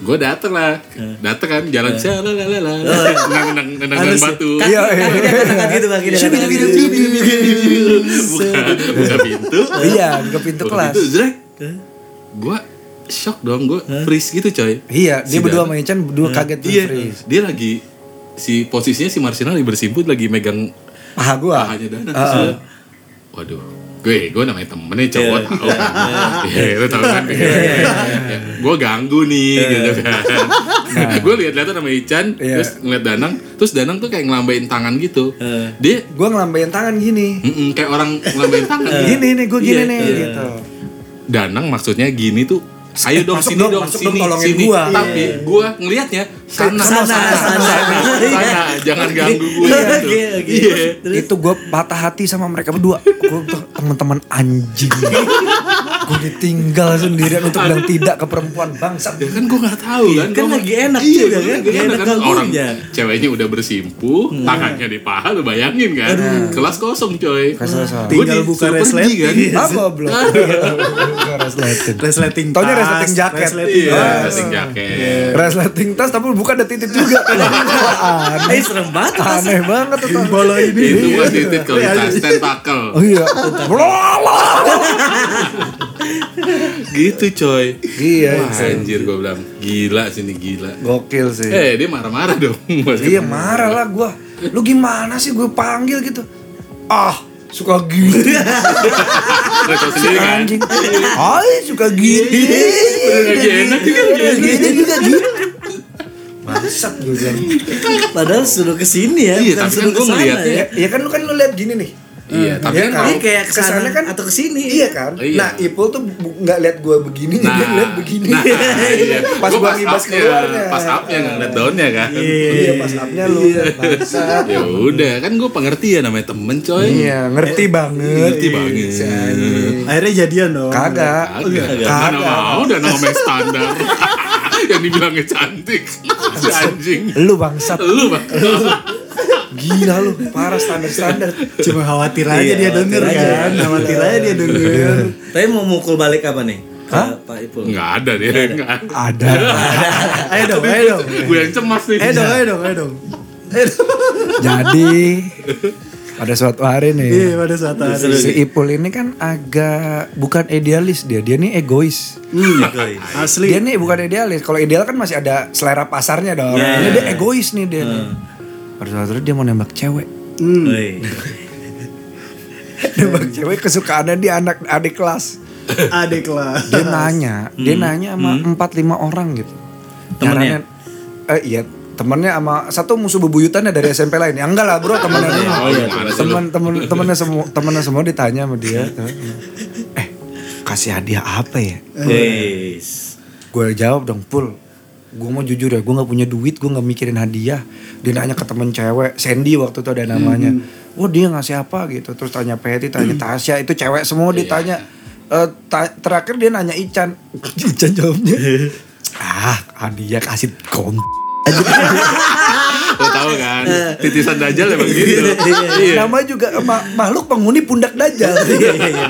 [SPEAKER 1] gue dateng lah
[SPEAKER 5] Iya.
[SPEAKER 1] dateng kan jalan shalalala nang nang nang nang
[SPEAKER 5] Oh, Harus ya.
[SPEAKER 1] batu
[SPEAKER 5] Kaki-
[SPEAKER 2] Iya, iya.
[SPEAKER 5] kakinya katakan gitu kaki dia katakan gitu.
[SPEAKER 1] buka buka pintu
[SPEAKER 2] Iya, buka pintu
[SPEAKER 1] Buka
[SPEAKER 2] kelas.
[SPEAKER 1] pintu, zrek. gue shock dong gue freeze gitu coy
[SPEAKER 2] Iya, dia
[SPEAKER 1] Si
[SPEAKER 2] berdua
[SPEAKER 1] Danang-
[SPEAKER 2] sama Ichan berdua kaget tuh
[SPEAKER 1] Iya,
[SPEAKER 2] freeze.
[SPEAKER 1] dia lagi si posisinya si Marcina lagi bersimput lagi megang
[SPEAKER 2] Paha gua.
[SPEAKER 1] pahanya Danang. Terus dia, Waduh, gue gue namanya temennya cowok tahu kan. Iya, lu tahu kan.
[SPEAKER 2] iya,
[SPEAKER 1] Ya, Gue ganggu nih gitu kan. gue lihat-lihat sama Ican,
[SPEAKER 2] Nah. Iya.
[SPEAKER 1] terus ngeliat Danang, terus Danang tuh kayak ngelambain tangan gitu.
[SPEAKER 5] Eh.
[SPEAKER 1] Dia
[SPEAKER 2] Gua ngelambain tangan gini.
[SPEAKER 1] mm-mm, kayak orang ngelambain tangan.
[SPEAKER 2] Gini nih, gua gini
[SPEAKER 1] Iya,
[SPEAKER 2] nih
[SPEAKER 1] iya.
[SPEAKER 2] gitu.
[SPEAKER 1] Danang maksudnya gini tuh Ayo dong
[SPEAKER 2] masuk
[SPEAKER 1] sini
[SPEAKER 2] dong,
[SPEAKER 1] dong,
[SPEAKER 2] masuk
[SPEAKER 1] sini
[SPEAKER 2] dong, tolongin
[SPEAKER 1] sini.
[SPEAKER 2] gua.
[SPEAKER 1] Tapi gua ngelihatnya sana
[SPEAKER 5] Sana, sana.
[SPEAKER 1] sana. Jangan ganggu gua.
[SPEAKER 5] Iya,
[SPEAKER 1] gitu.
[SPEAKER 5] oke, oke.
[SPEAKER 1] Iya.
[SPEAKER 2] Itu gua patah hati sama mereka berdua. Gua tuh teman-teman anjing. gua ditinggal sendirian untuk bilang tidak ke perempuan bangsat.
[SPEAKER 1] Ya kan gua nggak tahu kan.
[SPEAKER 5] kan
[SPEAKER 1] gua-
[SPEAKER 5] lagi enak
[SPEAKER 1] Iya,
[SPEAKER 5] juga
[SPEAKER 1] gua
[SPEAKER 5] kan,
[SPEAKER 1] lagi
[SPEAKER 5] nggak
[SPEAKER 1] enak
[SPEAKER 5] enak
[SPEAKER 1] kan. Orang
[SPEAKER 5] gangguannya.
[SPEAKER 1] ceweknya udah bersimpuh, tangannya di paha lu bayangin kan. Kelas kosong coy.
[SPEAKER 2] Kelas kosong.
[SPEAKER 1] Gua
[SPEAKER 6] Tinggal
[SPEAKER 1] disuruh
[SPEAKER 6] buka
[SPEAKER 1] pergi,
[SPEAKER 6] resleting.
[SPEAKER 1] kan.
[SPEAKER 2] Apa belum? Iya. Resleting.
[SPEAKER 6] Resleting
[SPEAKER 2] Taunya
[SPEAKER 6] tas,
[SPEAKER 2] resleting jaket.
[SPEAKER 6] resleting
[SPEAKER 1] Iya,
[SPEAKER 6] tas.
[SPEAKER 4] Ah.
[SPEAKER 1] kasih
[SPEAKER 2] Iya.
[SPEAKER 1] jaket.
[SPEAKER 2] Resleting tas tapi bukan ada titik juga. Aneh.
[SPEAKER 5] Eh serem banget tas.
[SPEAKER 2] Aneh banget tuh. tas.
[SPEAKER 6] Bola ini.
[SPEAKER 1] Itu bukan titik kalau tas tentakel.
[SPEAKER 2] Oh iya.
[SPEAKER 1] Gitu coy.
[SPEAKER 2] Iya,
[SPEAKER 1] Wah, anjir gua bilang gila sini gila.
[SPEAKER 2] Gokil sih.
[SPEAKER 1] Eh, dia marah-marah dong.
[SPEAKER 2] Iya marah lah gue. Lu gimana sih gue panggil gitu? Ah suka gini
[SPEAKER 1] Iya kan?
[SPEAKER 2] Iya
[SPEAKER 1] Lu tahu sendiri kan?
[SPEAKER 2] anjing. Hai suka gini.
[SPEAKER 1] Iya, Bener lagi enak juga lagi enak.
[SPEAKER 2] Gini juga gini. Bangsat gue bilang.
[SPEAKER 5] Padahal suruh kesini ya,
[SPEAKER 1] Iya, tapi
[SPEAKER 5] bukan
[SPEAKER 1] kan
[SPEAKER 5] suruh
[SPEAKER 1] gua
[SPEAKER 5] kesana
[SPEAKER 1] ngeliatnya-
[SPEAKER 2] Ya,
[SPEAKER 5] ya.
[SPEAKER 2] ya kan lu kan lu lihat gini nih.
[SPEAKER 1] Iya, tapi
[SPEAKER 2] Iya
[SPEAKER 1] kan
[SPEAKER 2] kan?
[SPEAKER 5] Ini
[SPEAKER 1] kalau-
[SPEAKER 5] kayak kesana
[SPEAKER 2] Kesannya kan-
[SPEAKER 5] atau kesini.
[SPEAKER 2] Iya kan?
[SPEAKER 1] Iya.
[SPEAKER 2] Nah, Ipul tuh bu- nggak lihat gue begini, dia lihat begini.
[SPEAKER 1] Nah, iya.
[SPEAKER 2] Pas
[SPEAKER 1] Gua
[SPEAKER 2] gua ngibas
[SPEAKER 1] up-nya,
[SPEAKER 2] keluarnya.
[SPEAKER 1] Pas up-nya nggak ngeliat down-nya kan.
[SPEAKER 2] Iya, pas up-nya lu bangsat.
[SPEAKER 1] Ya udah, kan gue pengertian namanya temen coy.
[SPEAKER 2] Iya, ngerti banget.
[SPEAKER 1] Ngerti banget.
[SPEAKER 2] Si anjing.
[SPEAKER 6] Akhirnya jadian dong.
[SPEAKER 2] Iya, Kagak.
[SPEAKER 1] Kagak. Mana mau dan namanya standar. Yang dibilangnya cantik. Si anjing.
[SPEAKER 2] Lu bangsat.
[SPEAKER 1] Lu bang.
[SPEAKER 2] Gila lu, parah standar-standar.
[SPEAKER 6] Cuma khawatir
[SPEAKER 2] Iya,
[SPEAKER 6] aja dia denger
[SPEAKER 5] khawatir aja.
[SPEAKER 6] kan. Khawatir aja dia denger.
[SPEAKER 5] Tapi mau mukul balik apa nih? Hah? Pak Ipul.
[SPEAKER 1] Nggak ada dia. nggak ada.
[SPEAKER 2] Ada.
[SPEAKER 6] Ayo dong, ayo dong.
[SPEAKER 4] Ah,
[SPEAKER 1] Gue yang cemas nih.
[SPEAKER 4] Eh,
[SPEAKER 6] Ayo dong, ayo dong, ayo dong.
[SPEAKER 2] Jadi pada suatu hari
[SPEAKER 6] Iya,
[SPEAKER 2] nih
[SPEAKER 6] pada suatu hari.
[SPEAKER 2] si Ipul ini kan agak bukan idealis dia, dia nih egois.
[SPEAKER 6] Hmm, Asli.
[SPEAKER 2] Dia nih bukan idealis. Kalau ideal kan masih ada selera pasarnya dong.
[SPEAKER 5] Iya.
[SPEAKER 2] Ini dia egois nih dia. nih. Pada suatu hari dia mau nembak cewek.
[SPEAKER 6] Hmm.
[SPEAKER 2] Iya.
[SPEAKER 5] Woi.
[SPEAKER 2] Nembak cewek kesukaannya dia anak adik kelas.
[SPEAKER 6] Adik lah.
[SPEAKER 2] Dia nanya, dia
[SPEAKER 1] Hmm.
[SPEAKER 2] nanya sama empat lima orang gitu.
[SPEAKER 5] Temennya?
[SPEAKER 2] Nyaranin- eh iya, temennya sama satu musuh bebuyutannya dari SMP lain. Ya enggak lah bro, temennya
[SPEAKER 1] Iya,
[SPEAKER 2] dia.
[SPEAKER 1] oh, gimana sih lu?
[SPEAKER 2] temen temen temennya semua temennya semua ditanya sama dia eh kasih hadiah apa ya
[SPEAKER 5] Wis.
[SPEAKER 2] gue jawab dong pul gue mau jujur ya gue nggak punya duit gue nggak mikirin hadiah dia nanya ke temen cewek Sandy waktu itu ada namanya wah dia ngasih apa gitu terus tanya Patty tanya Tasya itu cewek semua ditanya Eh, ta- terakhir dia nanya Ican Ican jawabnya ah hadiah kasih kom
[SPEAKER 1] Lo tau kan. Titisan dajal emang gitu. Iya.
[SPEAKER 2] Namanya juga ma- makhluk penghuni pundak dajal. iya,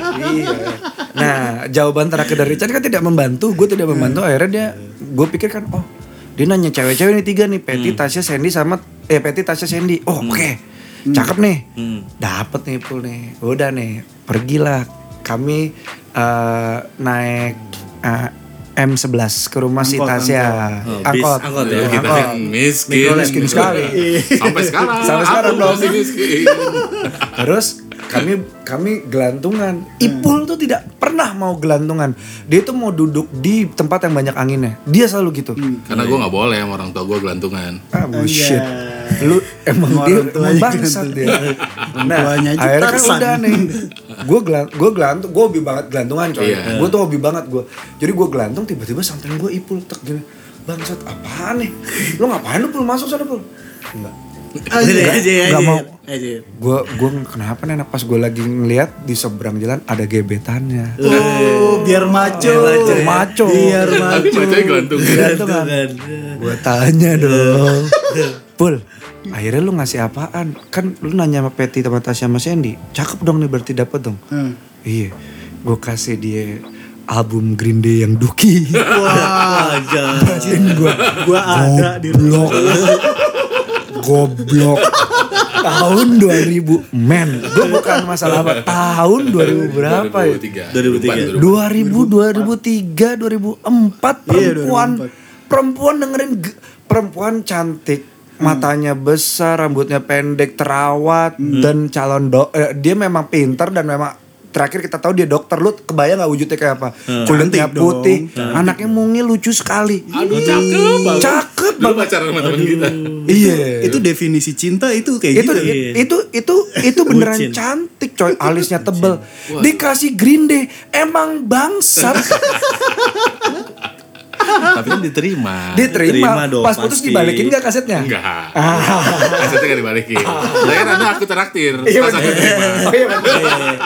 [SPEAKER 2] Nah, jawaban terakhir dari Chan kan tidak membantu, gue tidak membantu. Akhirnya dia, gue pikir kan, oh dia nanya cewek-cewek ini tiga nih, Peti,
[SPEAKER 5] Hmm.
[SPEAKER 2] Tasya, Sandy sama eh Peti, Tasya, Sandy. Oh oke, cakep nih,
[SPEAKER 5] Hmm.
[SPEAKER 2] dapet nih pul nih, udah nih, pergilah kami eh, naik eh, M11 ke rumah si
[SPEAKER 6] Angkot,
[SPEAKER 2] Tasya,
[SPEAKER 5] Oh, bis,
[SPEAKER 2] angkot,
[SPEAKER 5] angkot
[SPEAKER 1] Ya,
[SPEAKER 5] ya.
[SPEAKER 1] kita yang miskin. Iya.
[SPEAKER 2] Miskin Iya. Oh, sekali.
[SPEAKER 1] Sampai sekarang.
[SPEAKER 2] Sampai sekarang
[SPEAKER 1] aku
[SPEAKER 2] dong.
[SPEAKER 1] masih miskin.
[SPEAKER 2] Terus kami kami gelantungan. Ipul tuh tidak pernah mau gelantungan. Dia tuh mau duduk di tempat yang banyak anginnya. Dia selalu gitu.
[SPEAKER 6] Hmm.
[SPEAKER 1] Karena gue nggak boleh sama orang tua gue gelantungan.
[SPEAKER 2] Ah bullshit.
[SPEAKER 6] Anjay.
[SPEAKER 2] Lu emang
[SPEAKER 6] Iya. Orang
[SPEAKER 2] dia
[SPEAKER 6] tuanya
[SPEAKER 2] emang bangsat
[SPEAKER 6] gelantungan.
[SPEAKER 2] dia.
[SPEAKER 6] Orang
[SPEAKER 2] Nah,
[SPEAKER 6] tuanya aja
[SPEAKER 2] akhirnya kan
[SPEAKER 6] tersan.
[SPEAKER 2] udah nih. Gue gelan, gue gelantung, gue hobi banget gelantungan coy.
[SPEAKER 1] Iya.
[SPEAKER 2] Gue tuh hobi banget gue. Jadi gue gelantung tiba-tiba santai gue ipul tek gini. Bangsat apaan nih? Lu ngapain lu pul masuk sana pul? Enggak.
[SPEAKER 5] Aja aja aja.
[SPEAKER 2] Gitu kan? Nggak mau.
[SPEAKER 5] Aja.
[SPEAKER 2] Gue gue kenapa nih Nah, pas gue lagi ngeliat di seberang jalan ada gebetannya.
[SPEAKER 6] Oh, biar maco.
[SPEAKER 2] ya. Maco.
[SPEAKER 6] Biar maco.
[SPEAKER 1] Tapi macanya gelantung.
[SPEAKER 2] Iya,
[SPEAKER 5] kan?
[SPEAKER 6] Gelantungan.
[SPEAKER 2] Gue kan? tanya
[SPEAKER 5] Iya.
[SPEAKER 2] dong. Pul, akhirnya lu ngasih apaan? Kan lu nanya sama Peti sama Tasya sama Sandy. Cakep dong nih berarti dapet dong.
[SPEAKER 6] Hmm.
[SPEAKER 2] Iya, gue kasih dia album Green Day yang Duki.
[SPEAKER 6] Wah, anjing gua. Gua ada di
[SPEAKER 2] Goblok. Goblok. tahun 2000 men gue bukan masalah apa tahun 2000 berapa ya
[SPEAKER 5] 2003.
[SPEAKER 1] 2003.
[SPEAKER 2] 2000 2003 2004
[SPEAKER 6] Iya,
[SPEAKER 2] perempuan
[SPEAKER 6] 2004.
[SPEAKER 2] perempuan dengerin ge- perempuan cantik matanya
[SPEAKER 6] Hmm.
[SPEAKER 2] besar rambutnya pendek terawat dan calon do eh, dia memang pintar dan memang terakhir kita tahu dia dokter lu kebayang nggak wujudnya kayak apa
[SPEAKER 6] Hmm.
[SPEAKER 2] kulitnya
[SPEAKER 6] Cantik dong.
[SPEAKER 2] putih anaknya mungil lucu sekali
[SPEAKER 1] Aduh cakep banget.
[SPEAKER 2] Cakep
[SPEAKER 1] Lu pacaran sama temen kita.
[SPEAKER 2] iya
[SPEAKER 6] Itu definisi cinta itu kayak
[SPEAKER 2] itu
[SPEAKER 6] gitu.
[SPEAKER 2] i- itu itu itu beneran
[SPEAKER 5] Bucin.
[SPEAKER 2] cantik coy alisnya tebel dikasih green day emang bangsat
[SPEAKER 1] Tapi kan diterima.
[SPEAKER 2] diterima
[SPEAKER 5] Diterima dong,
[SPEAKER 2] pas putus
[SPEAKER 5] pasti.
[SPEAKER 2] dibalikin gak kasetnya Ah,
[SPEAKER 1] Enggak. Asetnya gak dibalikin. Lah kan anda aku teraktir.
[SPEAKER 2] Iya,
[SPEAKER 1] Pas aku
[SPEAKER 2] bener.
[SPEAKER 1] terima.
[SPEAKER 2] oh iya bener.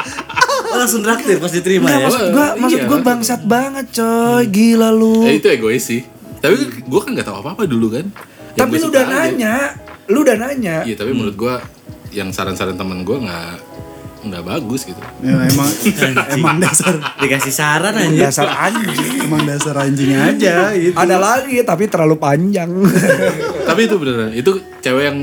[SPEAKER 5] Oh, langsung traktir pas diterima
[SPEAKER 2] Nggak,
[SPEAKER 5] ya.
[SPEAKER 2] maksud gua maksud
[SPEAKER 1] Iya.
[SPEAKER 2] gua bangsat banget coy gila lu
[SPEAKER 1] Eh, itu egois sih. Tapi gue kan gak tahu apa-apa dulu kan. Yang
[SPEAKER 2] tapi
[SPEAKER 1] gua
[SPEAKER 2] lu
[SPEAKER 1] suka
[SPEAKER 2] udah
[SPEAKER 1] aja.
[SPEAKER 2] nanya lu udah nanya
[SPEAKER 1] Iya tapi menurut gue yang saran-saran temen gue nggak nggak bagus gitu.
[SPEAKER 6] Ya, emang emang dasar
[SPEAKER 5] Dikasih saran aja.
[SPEAKER 2] dasar anjing
[SPEAKER 6] emang dasar anjing aja gitu. itu.
[SPEAKER 2] ada lagi tapi terlalu panjang
[SPEAKER 1] tapi itu beneran itu cewek yang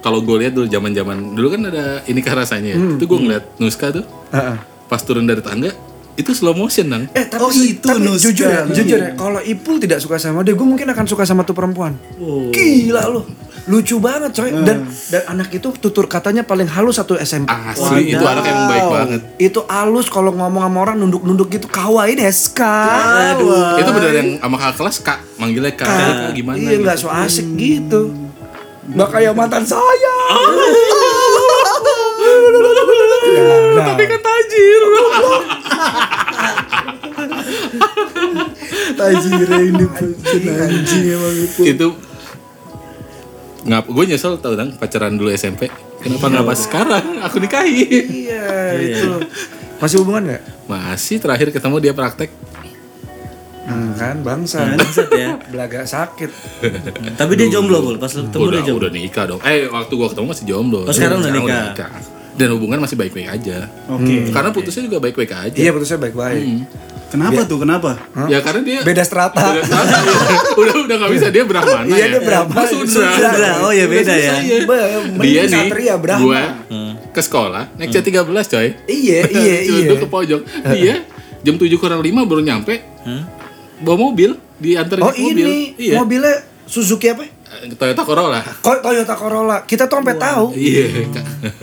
[SPEAKER 1] kalau gue lihat dulu zaman-zaman dulu kan ada ini kah rasanya. ya.
[SPEAKER 5] Hmm.
[SPEAKER 1] Itu gue ngeliat Nuska tuh
[SPEAKER 2] Heeh.
[SPEAKER 1] pas turun dari tangga itu slow motion nang.
[SPEAKER 2] eh tapi,
[SPEAKER 6] Oh, itu
[SPEAKER 2] tapi
[SPEAKER 6] Nuska.
[SPEAKER 2] jujur ya jujur ya kalau Ipul tidak suka sama dia gue mungkin akan suka sama tuh perempuan gila lu lucu banget coy dan dan anak itu tutur katanya paling halus satu SMP
[SPEAKER 1] Asli itu anak yang baik banget.
[SPEAKER 2] itu halus kalau ngomong sama orang nunduk-nunduk gitu kawaii deska
[SPEAKER 6] Aduh.
[SPEAKER 1] Itu beneran yang sama kakak kelas kak manggilnya kak, kak gimana?
[SPEAKER 2] iya
[SPEAKER 1] gitu.
[SPEAKER 2] nggak so asik gitu nggak kayak mantan saya tapi kan
[SPEAKER 6] Tajire ini bucin anjing emang gitu. itu.
[SPEAKER 1] itu ngap gue nyesel tau dong pacaran dulu SMP kenapa
[SPEAKER 5] Iya,
[SPEAKER 1] nggak pas sekarang aku nikahi
[SPEAKER 2] iya itu masih hubungan nggak
[SPEAKER 1] masih terakhir ketemu dia praktek
[SPEAKER 2] Hmm, kan bangsa
[SPEAKER 5] Bangsat ya.
[SPEAKER 2] belaga sakit
[SPEAKER 5] Tapi dia jomblo Bul. Pas lu ketemu dia
[SPEAKER 1] udah
[SPEAKER 5] jomblo.
[SPEAKER 1] udah nikah dong eh waktu gue ketemu masih jomblo
[SPEAKER 5] Oh, sekarang udah nikah.
[SPEAKER 1] dan hubungan masih baik baik aja
[SPEAKER 6] Oke.
[SPEAKER 2] Hmm.
[SPEAKER 1] karena putusnya juga baik baik aja
[SPEAKER 2] iya putusnya baik-baik
[SPEAKER 6] Kenapa tuh? Kenapa?
[SPEAKER 1] ya karena dia
[SPEAKER 2] beda strata
[SPEAKER 1] udah udah udah nggak bisa dia Brahmana
[SPEAKER 2] Iya,
[SPEAKER 1] ya
[SPEAKER 2] dia
[SPEAKER 1] Gua
[SPEAKER 2] Brahmana.
[SPEAKER 1] Sudra
[SPEAKER 2] Sudra.
[SPEAKER 5] Sudra. Oh ya beda ya. Hmm.
[SPEAKER 1] Iya.
[SPEAKER 2] Be-
[SPEAKER 1] dia nih
[SPEAKER 2] Satria Brahma.
[SPEAKER 1] gue ke sekolah naik C 13 coy
[SPEAKER 2] iya iya iya
[SPEAKER 1] Duduk ke pojok. Dia jam 7 kurang 5 baru nyampe.
[SPEAKER 5] Hmm.
[SPEAKER 1] Bawa mobil, diantar
[SPEAKER 2] oh
[SPEAKER 1] mobil.
[SPEAKER 2] ini
[SPEAKER 1] Iya.
[SPEAKER 2] mobilnya Suzuki apa
[SPEAKER 1] Eh, Toyota Corolla.
[SPEAKER 2] Ko- Toyota Corolla kita tuh sampai tahu
[SPEAKER 1] Iya.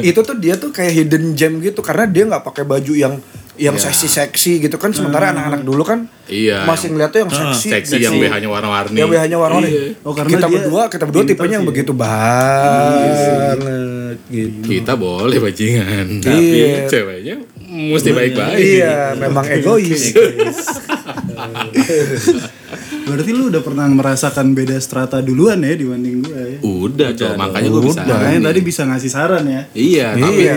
[SPEAKER 2] itu tuh dia tuh kayak hidden gem gitu karena dia nggak pakai baju yang yang seksi-seksi gitu kan sementara anak-anak dulu kan
[SPEAKER 1] Hmm. Iya.
[SPEAKER 2] masih ngeliat tuh yang seksi
[SPEAKER 1] Seksi yang BH-nya warna-warni.
[SPEAKER 2] yang BH-nya warna-warni
[SPEAKER 1] Iya.
[SPEAKER 6] Ah, Oh, karena
[SPEAKER 2] kita
[SPEAKER 6] dia
[SPEAKER 2] berdua kita berdua
[SPEAKER 6] pintar sih.
[SPEAKER 2] tipenya yang
[SPEAKER 6] Iya
[SPEAKER 2] begitu banget gitu
[SPEAKER 1] Kita boleh bajingan, tapi
[SPEAKER 2] Iya.
[SPEAKER 1] ceweknya mesti baik-baik.
[SPEAKER 2] iya memang egois
[SPEAKER 1] Iya,
[SPEAKER 6] Berarti lu udah pernah merasakan beda strata duluan ya dibanding gua ya.
[SPEAKER 1] Udah, coy. Makanya gue bisa.
[SPEAKER 6] Makanya
[SPEAKER 1] nih.
[SPEAKER 6] tadi bisa ngasih saran ya.
[SPEAKER 1] Iya, tapi
[SPEAKER 2] Iya.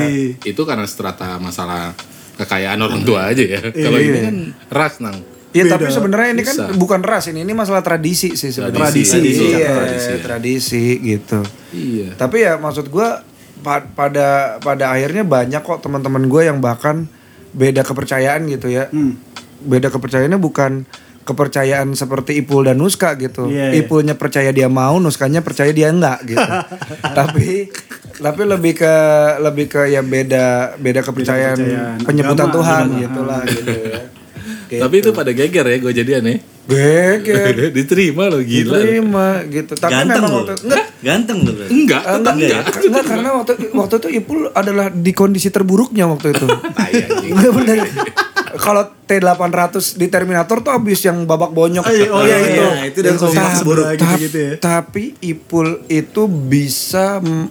[SPEAKER 1] itu karena strata masalah kekayaan orang tua aja
[SPEAKER 5] Iya.
[SPEAKER 1] ya. Kalau ini kan ras nang.
[SPEAKER 2] ya
[SPEAKER 6] Beda.
[SPEAKER 2] tapi sebenarnya ini kan
[SPEAKER 1] Bisa.
[SPEAKER 2] bukan ras ini ini masalah tradisi sih sebenarnya
[SPEAKER 1] Tradisi, tradisi.
[SPEAKER 2] iya
[SPEAKER 1] Tradisi, ya.
[SPEAKER 2] tradisi gitu
[SPEAKER 1] Iya.
[SPEAKER 2] Tapi ya maksud gua pa- pada pada akhirnya banyak kok teman-teman gue yang bahkan beda kepercayaan gitu ya.
[SPEAKER 6] Hmm.
[SPEAKER 2] Beda kepercayaannya bukan kepercayaan seperti Ipul dan Nuska gitu.
[SPEAKER 6] Iya, iya.
[SPEAKER 2] Ipulnya percaya dia mau, Nuskanya percaya dia enggak gitu. tapi tapi lebih ke lebih ke ya beda beda kepercayaan,
[SPEAKER 6] kepercayaan.
[SPEAKER 2] penyebutan
[SPEAKER 6] Agama,
[SPEAKER 2] Tuhan
[SPEAKER 6] agama.
[SPEAKER 2] gitulah gitu ya.
[SPEAKER 1] Tapi itu pada geger ya gue jadian ya.
[SPEAKER 2] Geger.
[SPEAKER 5] Iya.
[SPEAKER 1] Diterima loh gila. lu.
[SPEAKER 2] Terima gitu. Tapi
[SPEAKER 5] Ganteng
[SPEAKER 2] memang
[SPEAKER 5] lu.
[SPEAKER 2] waktu enggak
[SPEAKER 5] Ganteng lu berarti.
[SPEAKER 1] Enggak,
[SPEAKER 2] Eh,
[SPEAKER 1] tetap
[SPEAKER 2] enggak,
[SPEAKER 1] enggak.
[SPEAKER 2] enggak, enggak, karena waktu waktu itu Ipul adalah di kondisi terburuknya waktu itu.
[SPEAKER 6] Ah,
[SPEAKER 1] Tai
[SPEAKER 6] iya,
[SPEAKER 1] anjing.
[SPEAKER 2] Enggak bener. Kalau T800 di Terminator tuh abis yang babak bonyok.
[SPEAKER 6] Ay, oh iya,
[SPEAKER 5] iya, itu dan
[SPEAKER 2] Tapi-
[SPEAKER 6] kompak sebora
[SPEAKER 2] tap-
[SPEAKER 6] gitu-gitu ya.
[SPEAKER 2] Tapi Ipul itu bisa mm,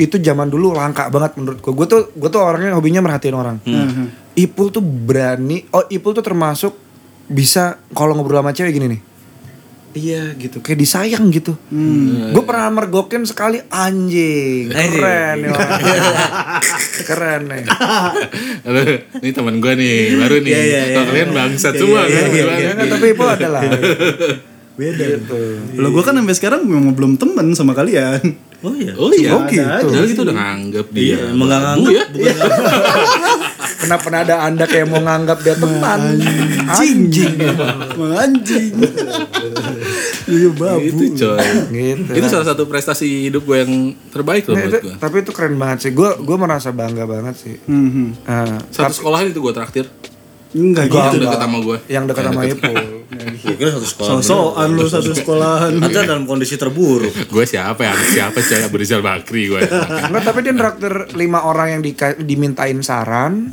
[SPEAKER 2] itu zaman dulu langka banget menurut gue. Gue tuh gue tuh orangnya hobinya merhatiin orang.
[SPEAKER 6] Hmm.
[SPEAKER 2] Hmm.
[SPEAKER 6] Nah,
[SPEAKER 2] Ipul tuh berani. Oh Ipul tuh termasuk bisa kalau ngobrol sama cewek gini nih. Iya gitu, kayak disayang gitu. Gue pernah mergokin sekali anjing, Iya, keren nih
[SPEAKER 5] Anjing.
[SPEAKER 2] orang. keren ya. nih.
[SPEAKER 1] Halo, ini teman gue nih, baru nih.
[SPEAKER 5] Iya, iya, iya.
[SPEAKER 1] Kalau kalian bangsat semua kan?
[SPEAKER 5] iya, iya,
[SPEAKER 1] Gimana?
[SPEAKER 2] Ya kan, tapi itu adalah
[SPEAKER 6] Beda.
[SPEAKER 2] gitu.
[SPEAKER 6] Lo gue kan sampai sekarang memang belum temen sama kalian.
[SPEAKER 5] Oh iya.
[SPEAKER 1] Oh iya,
[SPEAKER 6] Oke, gitu.
[SPEAKER 1] Jadi kita udah nganggap dia.
[SPEAKER 5] Iya, emang nggak
[SPEAKER 1] babu
[SPEAKER 5] nganggap,
[SPEAKER 1] ya?
[SPEAKER 5] bukan nggak-
[SPEAKER 2] Kenapa ada anda kayak mau nganggap dia teman?
[SPEAKER 6] Anjing. Emang anjing. Iya babu.
[SPEAKER 1] Itu coy.
[SPEAKER 5] Iya.
[SPEAKER 2] Gitu.
[SPEAKER 1] Itu salah satu prestasi hidup gue yang terbaik loh
[SPEAKER 2] Nah,
[SPEAKER 1] buat
[SPEAKER 2] itu-
[SPEAKER 1] gue.
[SPEAKER 2] tapi itu keren banget sih. Gue gue merasa bangga banget sih.
[SPEAKER 6] Mhm.
[SPEAKER 2] Ah,
[SPEAKER 1] Satu sekolahan itu gue traktir.
[SPEAKER 6] Enggak gitu.
[SPEAKER 1] Yang deket sama gue.
[SPEAKER 2] yang dekat sama Ipul.
[SPEAKER 5] Gua kira satu sekolah.
[SPEAKER 6] Sosokan lu satu sekolahan.
[SPEAKER 5] Anda dalam kondisi terburuk.
[SPEAKER 1] Gue siapa ya? Siapa coy? Abu Rizal Bakri ya. gue.
[SPEAKER 2] Enggak, tapi dia nraktir lima orang yang dika- dimintain saran.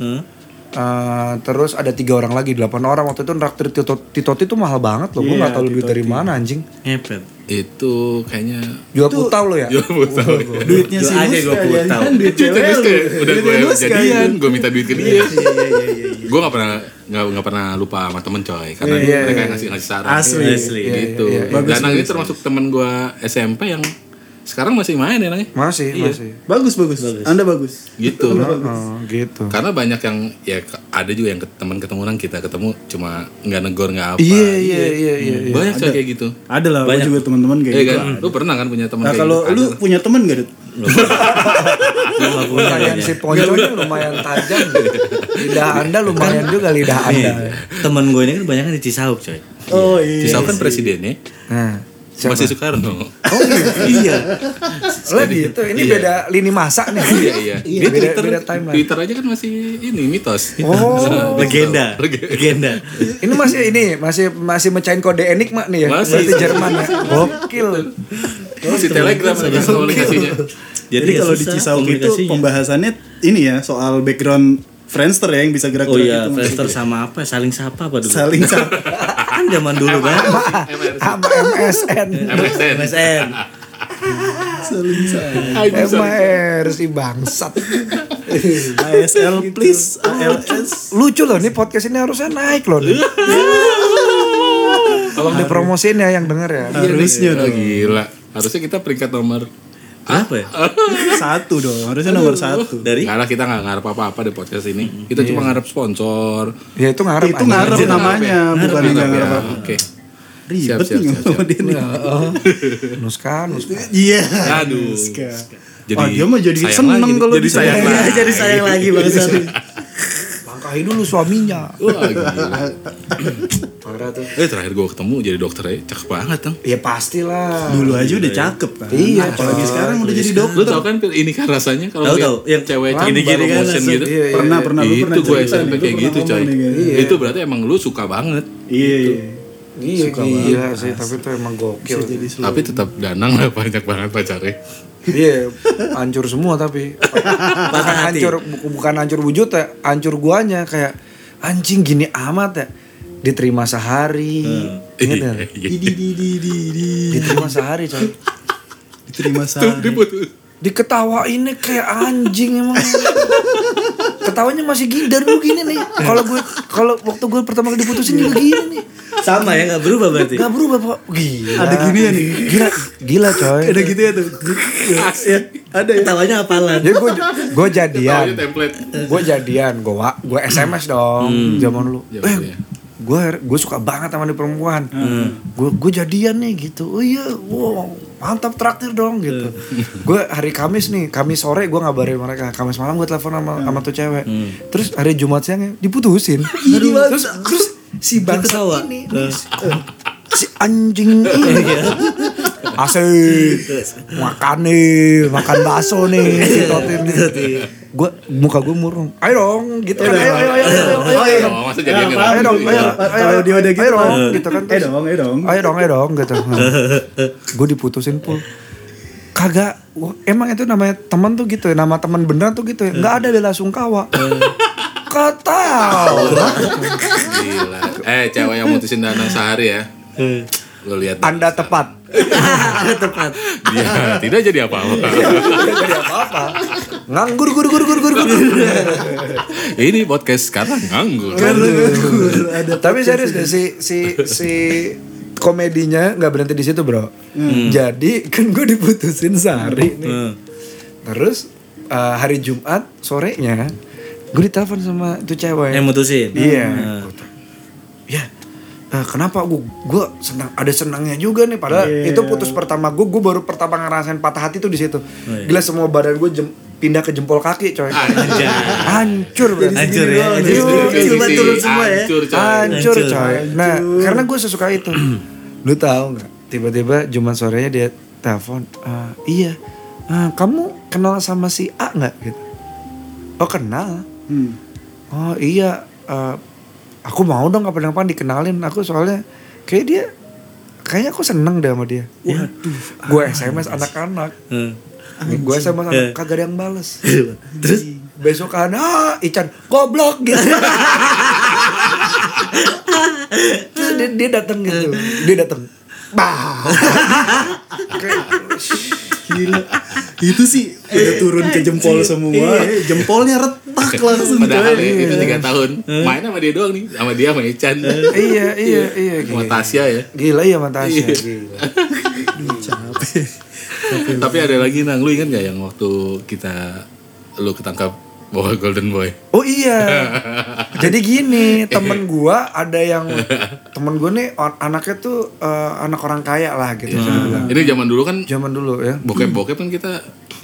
[SPEAKER 2] Eh, terus ada tiga orang lagi, delapan orang waktu itu nraktir Tito Titoti itu mahal banget loh. Gue nggak tahu duit dari mana anjing.
[SPEAKER 5] Ngepet.
[SPEAKER 1] itu kayaknya
[SPEAKER 2] Jual putau lo ya.
[SPEAKER 1] Yo, gua tahu.
[SPEAKER 6] Duitnya
[SPEAKER 5] Jual
[SPEAKER 6] si
[SPEAKER 5] aja
[SPEAKER 6] Nuska
[SPEAKER 5] gua putau.
[SPEAKER 6] jadikan duit
[SPEAKER 1] Cuy,
[SPEAKER 6] cewek
[SPEAKER 1] terus
[SPEAKER 6] lu.
[SPEAKER 1] kayak udah
[SPEAKER 6] Duitnya
[SPEAKER 1] gue
[SPEAKER 6] Nuska,
[SPEAKER 1] jadian,
[SPEAKER 6] gitu.
[SPEAKER 1] gue minta duit ke dia.
[SPEAKER 6] iya,
[SPEAKER 1] Gue gak pernah nggak nggak pernah lupa sama temen coy, karena
[SPEAKER 2] Iya, iya,
[SPEAKER 1] mereka
[SPEAKER 2] iya.
[SPEAKER 1] ngasih ngasih saran.
[SPEAKER 6] Asli.
[SPEAKER 5] Asli.
[SPEAKER 1] Kayak gitu.
[SPEAKER 2] Iya,
[SPEAKER 6] iya. Bagus,
[SPEAKER 1] Dan Nang ini
[SPEAKER 6] bagus.
[SPEAKER 1] termasuk temen gue SMP yang sekarang masih main ya Nang.
[SPEAKER 2] Masih, masih.
[SPEAKER 6] Bagus, bagus. Anda bagus.
[SPEAKER 1] Gitu.
[SPEAKER 2] Oh, gitu.
[SPEAKER 1] Karena banyak yang ya ke- ada juga yang ke- teman ketemu orang kita ketemu cuma nggak negor nggak apa.
[SPEAKER 2] Iya, iya, iya, iya, iya.
[SPEAKER 1] Banyak coy kayak gitu.
[SPEAKER 6] Ada lah, gua juga teman-teman kayak
[SPEAKER 1] Iya
[SPEAKER 6] gitu.
[SPEAKER 1] kan? Lu pernah kan punya teman
[SPEAKER 6] Nah
[SPEAKER 1] kayak
[SPEAKER 6] kalau
[SPEAKER 1] gitu? Iya.
[SPEAKER 6] lu punya temen gak, Dut?
[SPEAKER 5] Gua nggak punya
[SPEAKER 2] Lumayan
[SPEAKER 5] kayaknya.
[SPEAKER 2] si ponconya lumayan tajam. Lidah anda lumayan juga lidah
[SPEAKER 5] Nih,
[SPEAKER 2] anda.
[SPEAKER 5] temen gue ini kan banyak di Cisauk coy.
[SPEAKER 6] Oh iya.
[SPEAKER 1] Cisau kan presidennya
[SPEAKER 2] Nah, siapa?
[SPEAKER 1] masih Soekarno.
[SPEAKER 5] Iya.
[SPEAKER 2] Lo gitu, ini beda lini masa nih.
[SPEAKER 1] iya iya. Dia
[SPEAKER 2] Beda,
[SPEAKER 1] Twitter,
[SPEAKER 2] beda timeline.
[SPEAKER 1] Twitter aja kan masih ini mitos.
[SPEAKER 2] Oh,
[SPEAKER 5] Legenda. Legenda.
[SPEAKER 2] ini masih ini masih masih mecahin kode enigma nih ya.
[SPEAKER 1] Masih.
[SPEAKER 2] Berarti Jerman ya. Gokil.
[SPEAKER 1] Oh, masih Telegram lagi komunikasinya.
[SPEAKER 5] Jadi,
[SPEAKER 6] Jadi kalau di
[SPEAKER 5] dicisau
[SPEAKER 4] gitu,
[SPEAKER 6] Cisauk itu pembahasannya ini ya soal background Friendster ya yang bisa
[SPEAKER 5] Oh
[SPEAKER 6] gerak-gerak
[SPEAKER 5] iya,
[SPEAKER 6] gitu.
[SPEAKER 5] Friendster sama apa? Saling sapa apa dulu?
[SPEAKER 6] Saling sapa.
[SPEAKER 5] kan zaman dulu kan.
[SPEAKER 2] Sama MSN.
[SPEAKER 1] MSN.
[SPEAKER 5] MSN.
[SPEAKER 6] Saling sapa.
[SPEAKER 2] MR si bangsat.
[SPEAKER 6] ASL please ALS.
[SPEAKER 2] Lucu loh nih podcast ini harusnya naik loh. Dit. Tolong dipromosiin ya yang denger ya.
[SPEAKER 6] Harusnya
[SPEAKER 1] Oh,
[SPEAKER 6] dong.
[SPEAKER 1] gila. Harusnya kita peringkat nomor
[SPEAKER 5] Apa ya?
[SPEAKER 6] Satu dong. Harusnya nomor satu.
[SPEAKER 5] Dari
[SPEAKER 1] Nggak lah kita nggak ngarep apa-apa di podcast ini. Kita cuma ngarep sponsor.
[SPEAKER 2] Ya itu ngarep.
[SPEAKER 6] Itu
[SPEAKER 2] anjing.
[SPEAKER 6] ngarep
[SPEAKER 4] ya?
[SPEAKER 6] namanya, bukan
[SPEAKER 4] iya,
[SPEAKER 1] Ngarep
[SPEAKER 6] nggak
[SPEAKER 1] ya.
[SPEAKER 6] ngarep.
[SPEAKER 1] Oke. Siap,
[SPEAKER 6] Ribet
[SPEAKER 1] siap,
[SPEAKER 6] nih
[SPEAKER 1] siap, siap.
[SPEAKER 6] sama dia nih.
[SPEAKER 2] Nuska, Nuska.
[SPEAKER 6] Iya.
[SPEAKER 1] Aduh.
[SPEAKER 6] Ska.
[SPEAKER 1] Oh, Jadi
[SPEAKER 4] Oh,
[SPEAKER 6] Wah, dia mah jadi Iya.
[SPEAKER 1] sayang
[SPEAKER 6] seneng
[SPEAKER 1] lagi,
[SPEAKER 6] kalau
[SPEAKER 1] jadi
[SPEAKER 6] bisa.
[SPEAKER 1] sayang
[SPEAKER 6] Iya,
[SPEAKER 1] lagi.
[SPEAKER 5] jadi sayang lagi bangsa.
[SPEAKER 2] Langkahi dulu suaminya.
[SPEAKER 1] Wah, gila. Eh terakhir gue ketemu jadi dokter ya, cakep banget dong.
[SPEAKER 2] Ya pastilah.
[SPEAKER 6] Dulu aja udah cakep kan.
[SPEAKER 2] Iya,
[SPEAKER 6] Apalagi
[SPEAKER 2] coy.
[SPEAKER 6] sekarang udah jadi
[SPEAKER 1] Lu
[SPEAKER 6] dokter.
[SPEAKER 1] tau kan Pil, ini kan rasanya kalau
[SPEAKER 5] Tahu,
[SPEAKER 1] lihat
[SPEAKER 5] tahu. Yang
[SPEAKER 1] cewek
[SPEAKER 5] wah,
[SPEAKER 1] cantik
[SPEAKER 5] gini-gini
[SPEAKER 1] baru
[SPEAKER 5] kan
[SPEAKER 1] motion
[SPEAKER 5] langsung.
[SPEAKER 1] gitu.
[SPEAKER 2] Iya, iya,
[SPEAKER 6] Pernah pernah lu
[SPEAKER 1] itu
[SPEAKER 6] pernah
[SPEAKER 1] gue
[SPEAKER 6] cerita
[SPEAKER 1] SMP
[SPEAKER 6] nih, lu
[SPEAKER 1] kayak
[SPEAKER 6] pernah
[SPEAKER 1] gitu coy.
[SPEAKER 6] ngomong nih, kayaknya.
[SPEAKER 2] Iya.
[SPEAKER 1] Itu berarti emang lu suka banget.
[SPEAKER 6] Iya iya.
[SPEAKER 2] Iya, gila sih, tapi itu emang gokil.
[SPEAKER 6] Jadi
[SPEAKER 1] Tapi tetap danang lah banyak banget pacarnya.
[SPEAKER 2] Iya, hancur semua tapi bukan
[SPEAKER 5] hati.
[SPEAKER 2] hancur bu- bukan hancur wujud ya, hancur guanya kayak anjing gini amat ya. Diterima sehari.
[SPEAKER 6] Hmm.
[SPEAKER 2] Ingat nggak?
[SPEAKER 1] Iya.
[SPEAKER 6] di di di di di
[SPEAKER 2] Diterima sehari, coy.
[SPEAKER 6] diterima
[SPEAKER 1] Tuh, dia
[SPEAKER 6] sehari.
[SPEAKER 1] putus.
[SPEAKER 2] Diketawainnya kayak anjing emang. Ketawanya masih gini dari dulu gini nih. Kalau gue kalau waktu gue pertama kali diputusin juga gini nih.
[SPEAKER 5] Sama ya nggak berubah berarti.
[SPEAKER 2] Gak berubah, Pak. Gila.
[SPEAKER 6] Ada gini ya nih.
[SPEAKER 2] Gila, gila coy.
[SPEAKER 6] Ada gitu ya tuh. Ya, ada ya.
[SPEAKER 5] Ketawanya apalan.
[SPEAKER 2] Jadi gue gue
[SPEAKER 1] Taunya
[SPEAKER 2] jadian.
[SPEAKER 1] ya template.
[SPEAKER 2] gue jadian gue gue sms dong zaman lu
[SPEAKER 1] Zaman dulu
[SPEAKER 2] eh
[SPEAKER 1] ya.
[SPEAKER 2] gue gue suka banget sama nih perempuan gue gue jadian nih gitu oh iya wow mantap traktir dong gitu gue hari kamis nih kamis sore gue ngabarin mereka kamis malam gue telepon sama sama tuh cewek terus hari jumat siangnya diputusin terus terus si bangsa
[SPEAKER 5] ketawa.
[SPEAKER 2] ini nih, si- si anjing ini asik makan nih makan bakso nih ditotin nih gue muka gue murung ayo dong gitu kan ayo ayo ayo ayo ayo
[SPEAKER 6] Oh, iya.
[SPEAKER 1] Oh, masa jadi yang
[SPEAKER 6] paham.
[SPEAKER 2] ayo dong
[SPEAKER 1] gitu
[SPEAKER 2] ayo
[SPEAKER 1] ya.
[SPEAKER 6] Pak, kalau dia udah gitu,
[SPEAKER 2] ayo dong
[SPEAKER 6] Pak.
[SPEAKER 2] gitu kan
[SPEAKER 6] Eh
[SPEAKER 2] terus,
[SPEAKER 6] dong, eh dong.
[SPEAKER 2] ayo dong ayo dong gitu gue diputusin pul kagak wah, emang itu namanya teman tuh gitu ya nama teman beneran tuh gitu ya nggak ada bela sungkawa kata
[SPEAKER 1] Gila. Eh, cewek yang mutusin danang sehari ya. Lu lihat dah.
[SPEAKER 2] anda tepat
[SPEAKER 5] Ah, Tepat.
[SPEAKER 1] dia tidak jadi apa-apa.
[SPEAKER 2] Nggak jadi apa-apa nganggur gur gur gur gur gur
[SPEAKER 1] Ini podcast sekarang nganggur.
[SPEAKER 6] Ada
[SPEAKER 2] Tapi serius deh si si si komedinya nggak berhenti di situ bro.
[SPEAKER 5] Hmm.
[SPEAKER 2] Jadi kan gue diputusin sehari nih. Terus eh, hari Jumat sorenya gue ditelepon sama tuh cewek.
[SPEAKER 5] Yang mutusin.
[SPEAKER 2] Iya.
[SPEAKER 5] Nah.
[SPEAKER 2] Gua- Ya. eh, kenapa gue gue senang ada senangnya juga nih padahal itu putus pertama gue gue baru pertama ngerasain patah hati tuh di situ
[SPEAKER 5] iya. Ah,
[SPEAKER 2] gila semua badan gue jem- pindah ke jempol kaki coy
[SPEAKER 1] Anjay.
[SPEAKER 2] hancur bro
[SPEAKER 5] Hancur ya. Hancur.
[SPEAKER 2] Hancur.
[SPEAKER 5] Cuma turun semua ya.
[SPEAKER 1] Hancur, coy.
[SPEAKER 2] Hancur
[SPEAKER 5] Hancur.
[SPEAKER 2] coy. Nah, karena gue sesuka itu. Lu tahu nggak? Tiba-tiba Jumat sorenya dia telepon, "Eh, iya, eh, kamu kenal sama si A nggak? Gitu. Oh kenal. Oh iya, eh, aku mau dong kapan-kapan dikenalin. Aku soalnya kayak dia, kayaknya aku seneng deh sama dia. Waduh, gue SMS anak-anak.
[SPEAKER 5] Hmm.
[SPEAKER 2] Gue SMS anak
[SPEAKER 5] Eh.
[SPEAKER 2] kagak ada yang bales.
[SPEAKER 5] Terus
[SPEAKER 2] Besok ah Ican goblok gitu. Terus dia, dia datang gitu. Dia datang. Bah.
[SPEAKER 6] Gila. Itu sih udah turun ke jempol semua. Jempolnya retak langsung.
[SPEAKER 4] gitu
[SPEAKER 1] Padahal
[SPEAKER 6] coy.
[SPEAKER 1] ya, itu 3 tahun. Main sama dia doang nih. Sama dia sama Ican.
[SPEAKER 2] iya, iya, iya.
[SPEAKER 1] Sama
[SPEAKER 2] Gila,
[SPEAKER 1] Tasya ya.
[SPEAKER 2] gila iya Mantasya.
[SPEAKER 1] Iya.
[SPEAKER 2] Gila.
[SPEAKER 1] Tapi ada lagi Nang, lu ingat gak yang waktu kita lu ketangkap bawa Golden Boy?
[SPEAKER 2] Oh iya. Jadi gini, temen gua ada yang temen gua nih on- anaknya tuh eh, anak orang kaya lah gitu.
[SPEAKER 5] Iya.
[SPEAKER 2] saya bilang.
[SPEAKER 1] Ini zaman dulu kan
[SPEAKER 2] Zaman dulu ya.
[SPEAKER 1] bokep-bokep kan kita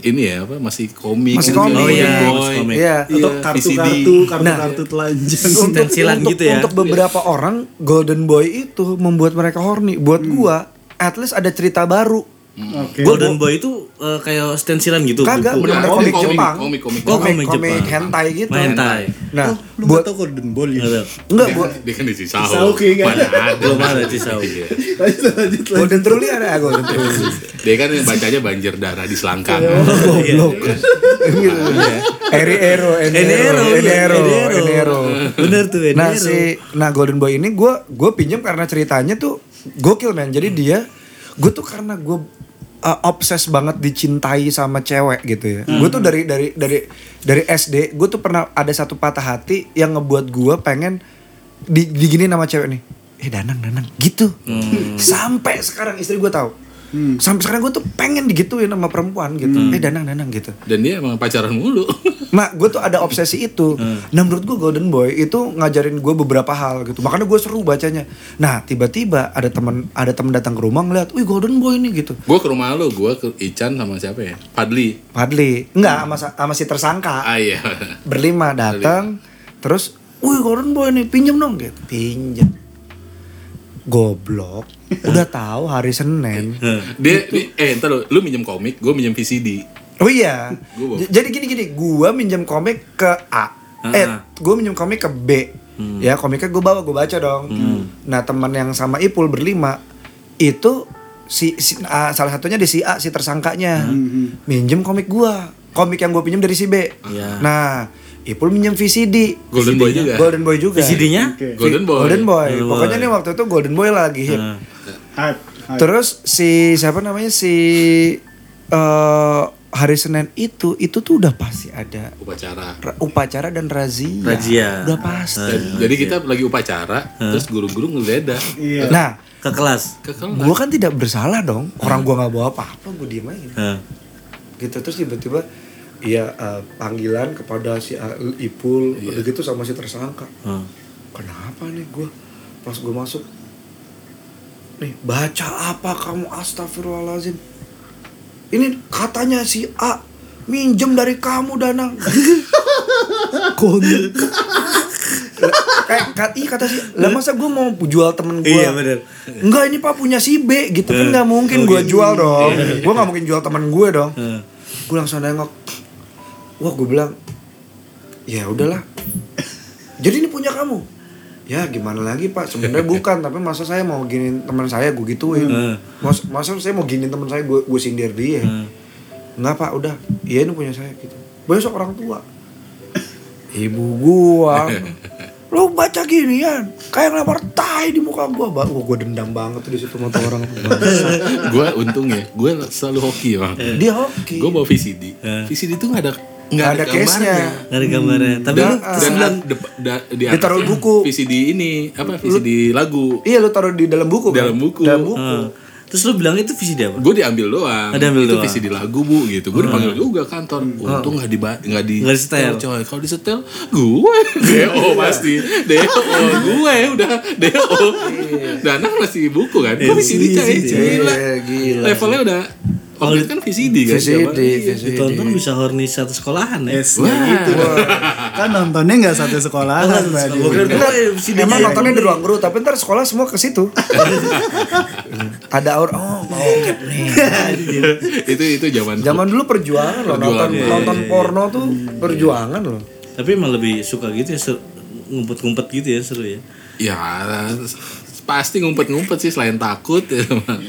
[SPEAKER 1] ini ya apa masih komik.
[SPEAKER 2] Masih
[SPEAKER 1] kan,
[SPEAKER 2] komik.
[SPEAKER 1] Golden
[SPEAKER 5] Oh iya,
[SPEAKER 1] Boy.
[SPEAKER 5] masih komik.
[SPEAKER 2] Iya.
[SPEAKER 6] Atau
[SPEAKER 1] Iya,
[SPEAKER 6] kartu-kartu, kartu-kartu telanjang.
[SPEAKER 5] Pensilan
[SPEAKER 2] untuk,
[SPEAKER 5] gitu ya.
[SPEAKER 2] Untuk beberapa orang Golden Boy itu membuat mereka horny. Buat
[SPEAKER 5] Hmm.
[SPEAKER 2] gua, at least ada cerita baru.
[SPEAKER 6] Oke. Oh,
[SPEAKER 5] Golden Boy itu eh, kayak stensilan gitu.
[SPEAKER 2] Kagak
[SPEAKER 1] buku. Komik,
[SPEAKER 2] benar-benar komik,
[SPEAKER 1] komik,
[SPEAKER 2] Jepang.
[SPEAKER 1] komik, komik.
[SPEAKER 5] Oh, komik
[SPEAKER 2] komik
[SPEAKER 5] Jepang.
[SPEAKER 2] hentai gitu.
[SPEAKER 5] Main hentai.
[SPEAKER 2] Nah,
[SPEAKER 6] Oh, lu
[SPEAKER 2] buat
[SPEAKER 6] buat tau Golden Ball ya?
[SPEAKER 5] Nggak tahu.
[SPEAKER 2] enggak
[SPEAKER 1] Dia
[SPEAKER 2] buat
[SPEAKER 1] kan- Dia kan di Cisau.
[SPEAKER 6] Cisau kayak nggak
[SPEAKER 1] Mana ada.
[SPEAKER 5] iya Belum ada Cisau.
[SPEAKER 1] Iya.
[SPEAKER 6] Lanjut, lanjut, lanjut.
[SPEAKER 2] Golden Truly ada ah, Golden Truly.
[SPEAKER 1] Dia kan yang bacanya banjir darah di selangkang.
[SPEAKER 5] Oh. Iya.
[SPEAKER 2] Goblok. Gitu ya. Eri Ero, Enero,
[SPEAKER 5] Enero, iya,
[SPEAKER 2] Enero,
[SPEAKER 5] Enero.
[SPEAKER 2] Enero.
[SPEAKER 5] Bener tuh Enero.
[SPEAKER 2] Nah si nah Golden Boy ini gue gue pinjam karena ceritanya tuh gokil men. Jadi dia gue tuh karena gue uh, obses banget dicintai sama cewek gitu ya.
[SPEAKER 5] Hmm.
[SPEAKER 2] Gue tuh dari dari dari dari SD gue tuh pernah ada satu patah hati yang ngebuat gue pengen di, diginiin sama cewek nih. Eh Danang Danang gitu.
[SPEAKER 5] Hmm.
[SPEAKER 2] Sampai sekarang istri gue tahu. Sampai sekarang gue tuh pengen digituin sama perempuan gitu.
[SPEAKER 5] Hmm.
[SPEAKER 2] Eh Danang Danang gitu.
[SPEAKER 1] Dan dia emang pacaran mulu.
[SPEAKER 2] Nah, gue tuh ada obsesi itu. Nah, menurut gue Golden Boy itu ngajarin gue beberapa hal gitu. Makanya gue seru bacanya. Nah, tiba-tiba ada teman ada teman datang ke rumah ngeliat, wih Golden Boy ini gitu.
[SPEAKER 1] gue ke rumah lu, gue ke Ican sama siapa ya? Padli.
[SPEAKER 2] Padli, enggak sama, sama si tersangka.
[SPEAKER 1] Ah iya.
[SPEAKER 2] Berlima datang, terus, wih Golden Boy ini pinjam dong gitu. Pinjam. Goblok. Udah tahu hari Senin.
[SPEAKER 1] Dia, dia- eh ntar lu, lu minjem komik, gue minjem VCD.
[SPEAKER 2] Oh iya.
[SPEAKER 1] Gua bawa.
[SPEAKER 2] J- Jadi gini gini, gua minjem komik ke A. Eh, gua minjem komik ke B.
[SPEAKER 1] Hmm.
[SPEAKER 2] Ya, komiknya gua bawa, gua baca dong. Nah, teman yang sama Ipul berlima itu si, si- ah, salah satunya di si A si tersangkanya.
[SPEAKER 1] Hmm.
[SPEAKER 2] Minjem komik gua. Komik yang gua pinjem dari si B.
[SPEAKER 5] Iya.
[SPEAKER 2] Nah, Ipul minjem VCD.
[SPEAKER 1] Golden Boy juga.
[SPEAKER 2] Golden Boy juga.
[SPEAKER 5] VCD-nya?
[SPEAKER 6] Oke.
[SPEAKER 1] Golden Boy.
[SPEAKER 2] Golden Boy.
[SPEAKER 5] Golden
[SPEAKER 2] Pokoknya
[SPEAKER 5] Boy.
[SPEAKER 2] nih waktu itu Golden Boy lagi hip.
[SPEAKER 5] Nah.
[SPEAKER 6] Hype, hype.
[SPEAKER 2] Terus si siapa namanya si eh hari Senin itu itu tuh udah pasti ada
[SPEAKER 1] Upacara.
[SPEAKER 2] ra- upacara dan razia.
[SPEAKER 5] Razia.
[SPEAKER 2] Udah pasti.
[SPEAKER 1] Dan- jadi kita lagi upacara, terus guru-guru ngeledah.
[SPEAKER 6] Iya.
[SPEAKER 2] Nah,
[SPEAKER 5] Ke kelas.
[SPEAKER 1] Ke kelas.
[SPEAKER 2] gua kan tidak bersalah dong. Orang gua nggak bawa apa-apa, gua diem aja.
[SPEAKER 5] Nah.
[SPEAKER 2] Gitu terus tiba-tiba ya eh, panggilan kepada si A- Ipul udah gitu sama si tersangka.
[SPEAKER 5] Hmm.
[SPEAKER 2] Kenapa nih gua pas gua masuk nih baca apa kamu astagfirullahalazim ini katanya si A minjem dari kamu Danang
[SPEAKER 6] Golden.
[SPEAKER 2] kayak Eh, kat, ih, kata si lah masa gue mau jual temen gue
[SPEAKER 5] Iya, bener. Eh, oh, iya.
[SPEAKER 2] enggak ini pak punya si B gitu kan nggak mungkin gue jual dong gue nggak mungkin jual temen gue dong
[SPEAKER 5] Hmm.
[SPEAKER 2] gue langsung nengok wah gue bilang ya udahlah jadi ini punya kamu ya gimana lagi pak sebenarnya bukan tapi masa saya mau giniin teman saya gue gituin
[SPEAKER 5] Hmm.
[SPEAKER 2] Mas- masa saya mau giniin teman saya gue gue sindir dia
[SPEAKER 5] Hmm.
[SPEAKER 2] nggak pak udah iya ini punya saya gitu besok orang tua ibu gua lu baca ginian kayak ngelempar tai di muka gua bang gua, gua dendam banget tuh di situ mata orang
[SPEAKER 1] gue untung ya, gue selalu hoki bang.
[SPEAKER 2] dia hoki
[SPEAKER 1] Gue bawa VCD.
[SPEAKER 5] Eh.
[SPEAKER 1] VCD tuh nggak ada
[SPEAKER 2] nggak ada case-nya.
[SPEAKER 5] Nggak ada gambarnya. Tapi
[SPEAKER 1] Dan,
[SPEAKER 5] lu
[SPEAKER 1] dan
[SPEAKER 5] bilang,
[SPEAKER 1] de- da- di
[SPEAKER 2] Ditaruh
[SPEAKER 1] atasnya
[SPEAKER 2] buku.
[SPEAKER 1] VCD ini apa VCD lagu.
[SPEAKER 2] Iya lu taruh di dalam buku kan?
[SPEAKER 1] Dalam buku.
[SPEAKER 2] Dalam buku.
[SPEAKER 5] eh, terus lu bilang itu visi dia apa?
[SPEAKER 1] Gue diambil doang.
[SPEAKER 5] Oh, diambil
[SPEAKER 1] itu
[SPEAKER 5] doang.
[SPEAKER 1] VCD lagu bu gitu. Gue dipanggil juga kantor. Untung nggak di nggak di
[SPEAKER 5] Nggak disetel.
[SPEAKER 1] coy. Kalau disetel, gue do pasti. Do gue udah do. Danang masih buku kan. Gue VCD coy. Gila.
[SPEAKER 2] Iya, gila.
[SPEAKER 1] Levelnya udah. Kalau itu kan VCD kan.
[SPEAKER 2] VCD, VCD.
[SPEAKER 5] Ditonton bisa horny satu sekolahan ya.
[SPEAKER 6] Yes, ya gitu. Kan nontonnya nggak satu sekolahan tadi.
[SPEAKER 5] Gua kira dulu, eh, VCD-nya
[SPEAKER 2] Iya, Emang
[SPEAKER 5] ya.
[SPEAKER 2] nontonnya di ruang guru, tapi ntar sekolah semua ke situ. Ada aur, oh mau ngecap nih.
[SPEAKER 1] itu itu zaman
[SPEAKER 2] Zaman dulu perjuangan loh, nonton,
[SPEAKER 1] Perjuangan. iya,
[SPEAKER 2] nonton porno tuh perjuangan loh.
[SPEAKER 5] Tapi emang lebih suka gitu ya seru- ngumpet-ngumpet gitu ya seru ya.
[SPEAKER 1] Ya pasti ngumpet-ngumpet sih selain takut ya.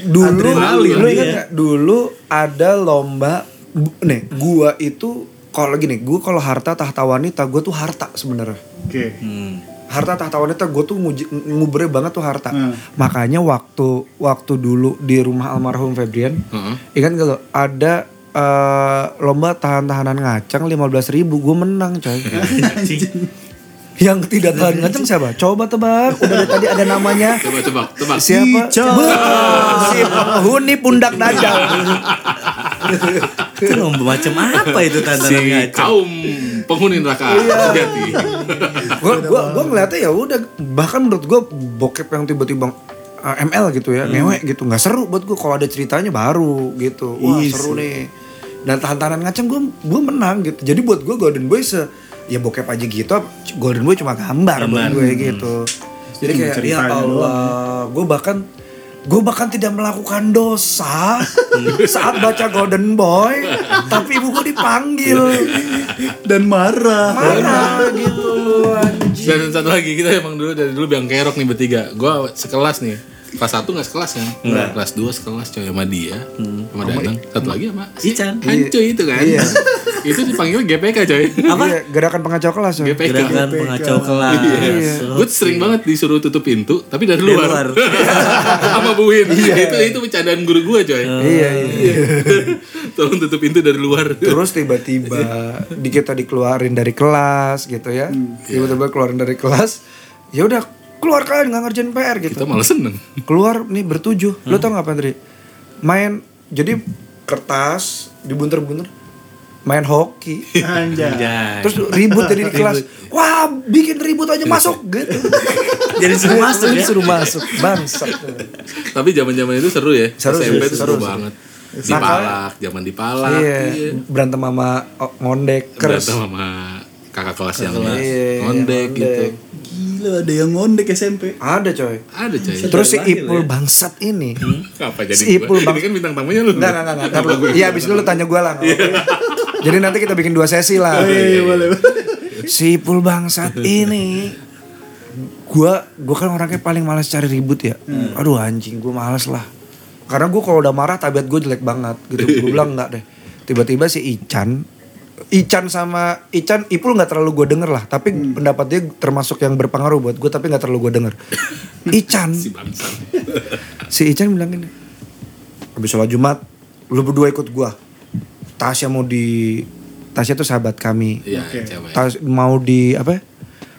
[SPEAKER 2] Dulu,
[SPEAKER 1] Adrenalin,
[SPEAKER 2] dulu ingat
[SPEAKER 5] iya.
[SPEAKER 2] nggak? Dulu ada lomba, bu- nih gua itu kalau gini, gua kalau harta tahta wanita, gua tuh harta sebenarnya.
[SPEAKER 6] Oke.
[SPEAKER 2] harta tahta wanita gue tuh nguji, ngubernya banget tuh harta
[SPEAKER 6] Hmm.
[SPEAKER 2] makanya waktu waktu dulu di rumah almarhum Febrian
[SPEAKER 1] Heeh.
[SPEAKER 2] ikan gak lo ada eh, lomba tahan tahanan ngacang 15.000 ribu gue menang coy yang tidak tahan ngacang siapa coba tebak udah dari tadi ada namanya
[SPEAKER 1] Coba tebak, tebak.
[SPEAKER 2] siapa
[SPEAKER 6] Si Cok.
[SPEAKER 2] Bukan, si penghuni pundak dajal
[SPEAKER 5] itu lomba macam apa itu tantangan
[SPEAKER 1] Si
[SPEAKER 5] ngaco?
[SPEAKER 1] kaum penghuni neraka sejati.
[SPEAKER 2] gue gua gua ngeliatnya ya udah bahkan menurut gue bokep yang tiba-tiba uh, ML gitu
[SPEAKER 6] Hmm.
[SPEAKER 2] ya ngewe gitu nggak seru buat gue kalau ada ceritanya baru gitu wah seru nih dan tahan-tahanan ngaceng gue gue menang gitu jadi buat gue Golden Boy se ya bokep aja gitu Golden Boy cuma gambar buat
[SPEAKER 5] Gambar.
[SPEAKER 2] gue gitu jadi
[SPEAKER 6] Hmm. cuma
[SPEAKER 2] kayak ya
[SPEAKER 6] ceritanya ya."
[SPEAKER 2] Allah gue bahkan gue bahkan tidak melakukan dosa saat baca Golden Boy tapi ibu gue dipanggil
[SPEAKER 6] Dan marah.
[SPEAKER 2] mana gitu
[SPEAKER 1] Dan
[SPEAKER 2] anjing
[SPEAKER 1] satu lagi kita emang dulu dari dulu biang kerok nih bertiga. Gua sekelas nih. Kelas satu gak sekelas kan? Kelas dua sekelas coy sama dia, sama Danang. Satu lagi sama si
[SPEAKER 5] Ican.
[SPEAKER 1] Hancuy itu kan.
[SPEAKER 2] Hmm. Iya.
[SPEAKER 1] itu dipanggil GPK coy.
[SPEAKER 5] Apa?
[SPEAKER 2] Iya, gerakan pengacau kelas ya.
[SPEAKER 1] GPK.
[SPEAKER 5] Gerakan pengacau kelas.
[SPEAKER 1] Iya. Gue sering banget disuruh tutup pintu, tapi dari
[SPEAKER 5] Dari
[SPEAKER 1] luar.
[SPEAKER 5] luar.
[SPEAKER 1] Sama Bu Win. Itu itu bercandaan guru gue coy.
[SPEAKER 2] Iya, iya.
[SPEAKER 1] Tolong tutup pintu dari luar.
[SPEAKER 2] Terus tiba-tiba di kita dikeluarin dari kelas gitu ya.
[SPEAKER 5] Hmm.
[SPEAKER 2] Tiba-tiba keluarin dari kelas. Ya udah keluar kalian nggak ngerjain PR gitu.
[SPEAKER 1] Kita malah seneng.
[SPEAKER 2] Keluar nih bertujuh. Lo tau nggak Pandri? Main jadi kertas dibunter-bunter main hoki.
[SPEAKER 6] Anjay.
[SPEAKER 5] Anjay.
[SPEAKER 2] Terus ribut dari di kelas. Wah, bikin ribut aja masuk gitu.
[SPEAKER 5] Jadi suruh masuk ya.
[SPEAKER 2] Suruh masuk. Bangsat.
[SPEAKER 1] Tapi zaman-zaman itu seru ya.
[SPEAKER 2] Seru,
[SPEAKER 1] SMP
[SPEAKER 2] seru,
[SPEAKER 1] itu
[SPEAKER 2] seru,
[SPEAKER 1] seru,
[SPEAKER 2] seru.
[SPEAKER 1] banget. Dipalak, zaman dipalak.
[SPEAKER 2] Iya. Berantem sama oh, ngondek
[SPEAKER 1] Terus
[SPEAKER 2] kers.
[SPEAKER 1] sama kakak kelas yang
[SPEAKER 2] Iya,
[SPEAKER 1] ngondek
[SPEAKER 2] ngondek.
[SPEAKER 1] gitu.
[SPEAKER 6] Gila ada yang ngondek SMP.
[SPEAKER 2] Ada coy.
[SPEAKER 1] Ada coy.
[SPEAKER 2] Terus si
[SPEAKER 5] lahir
[SPEAKER 2] Ipul bangsat ini.
[SPEAKER 1] Apa jadi
[SPEAKER 2] Si
[SPEAKER 1] gua?
[SPEAKER 2] Ipul, Bang.
[SPEAKER 1] Ini kan bintang tamunya lu.
[SPEAKER 2] Enggak, enggak, enggak, enggak. Ntar lu- Iya, abis itu lu tanya gue lah. Jadi nanti kita bikin dua sesi lah.
[SPEAKER 6] Iya boleh.
[SPEAKER 2] Si Ipul bangsat ini. Gua gua kan orangnya paling malas cari ribut ya.
[SPEAKER 6] Hmm.
[SPEAKER 2] Aduh anjing, gua malas lah. Karena gua kalau udah marah tabiat gue jelek banget gitu. Gua bilang enggak deh. Tiba-tiba si Ican Ican sama Ican Ipul nggak terlalu gue denger lah, tapi
[SPEAKER 6] Hmm.
[SPEAKER 2] pendapat dia termasuk yang berpengaruh buat gue, tapi nggak terlalu gue denger. Ican,
[SPEAKER 1] Si bangsa.
[SPEAKER 2] si Ican bilang gini habis sholat Jumat lu berdua ikut gua Tasya mau di Tasya tuh sahabat kami
[SPEAKER 1] Iya, cewek.
[SPEAKER 2] Tas mau di apa ya?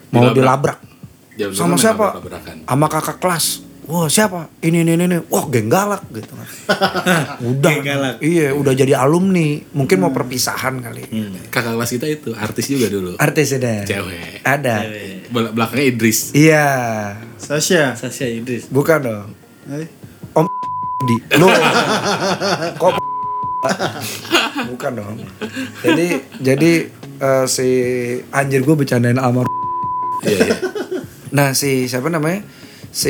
[SPEAKER 2] mau
[SPEAKER 1] Dilabrak.
[SPEAKER 2] dilabrak,
[SPEAKER 1] Zaman
[SPEAKER 2] sama
[SPEAKER 1] dulu main
[SPEAKER 2] siapa
[SPEAKER 1] labrak-labrakan.
[SPEAKER 2] sama kakak kelas wah siapa ini ini ini, ini wah geng galak gitu kan udah
[SPEAKER 5] Geng galak. Hmm.
[SPEAKER 2] iya udah jadi alumni mungkin mau perpisahan kali
[SPEAKER 1] Kakak kelas kita itu artis juga dulu.
[SPEAKER 2] artis ada
[SPEAKER 1] Cewek.
[SPEAKER 2] ada
[SPEAKER 1] Bel- Belakangnya Idris.
[SPEAKER 2] iya
[SPEAKER 6] Sasha.
[SPEAKER 5] Sasha Idris.
[SPEAKER 2] bukan dong
[SPEAKER 6] Eh,
[SPEAKER 2] Om di lo kok bukan dong jadi jadi eh, si anjir gue bercandain Amar
[SPEAKER 1] Iya, iya.
[SPEAKER 2] nah si siapa namanya si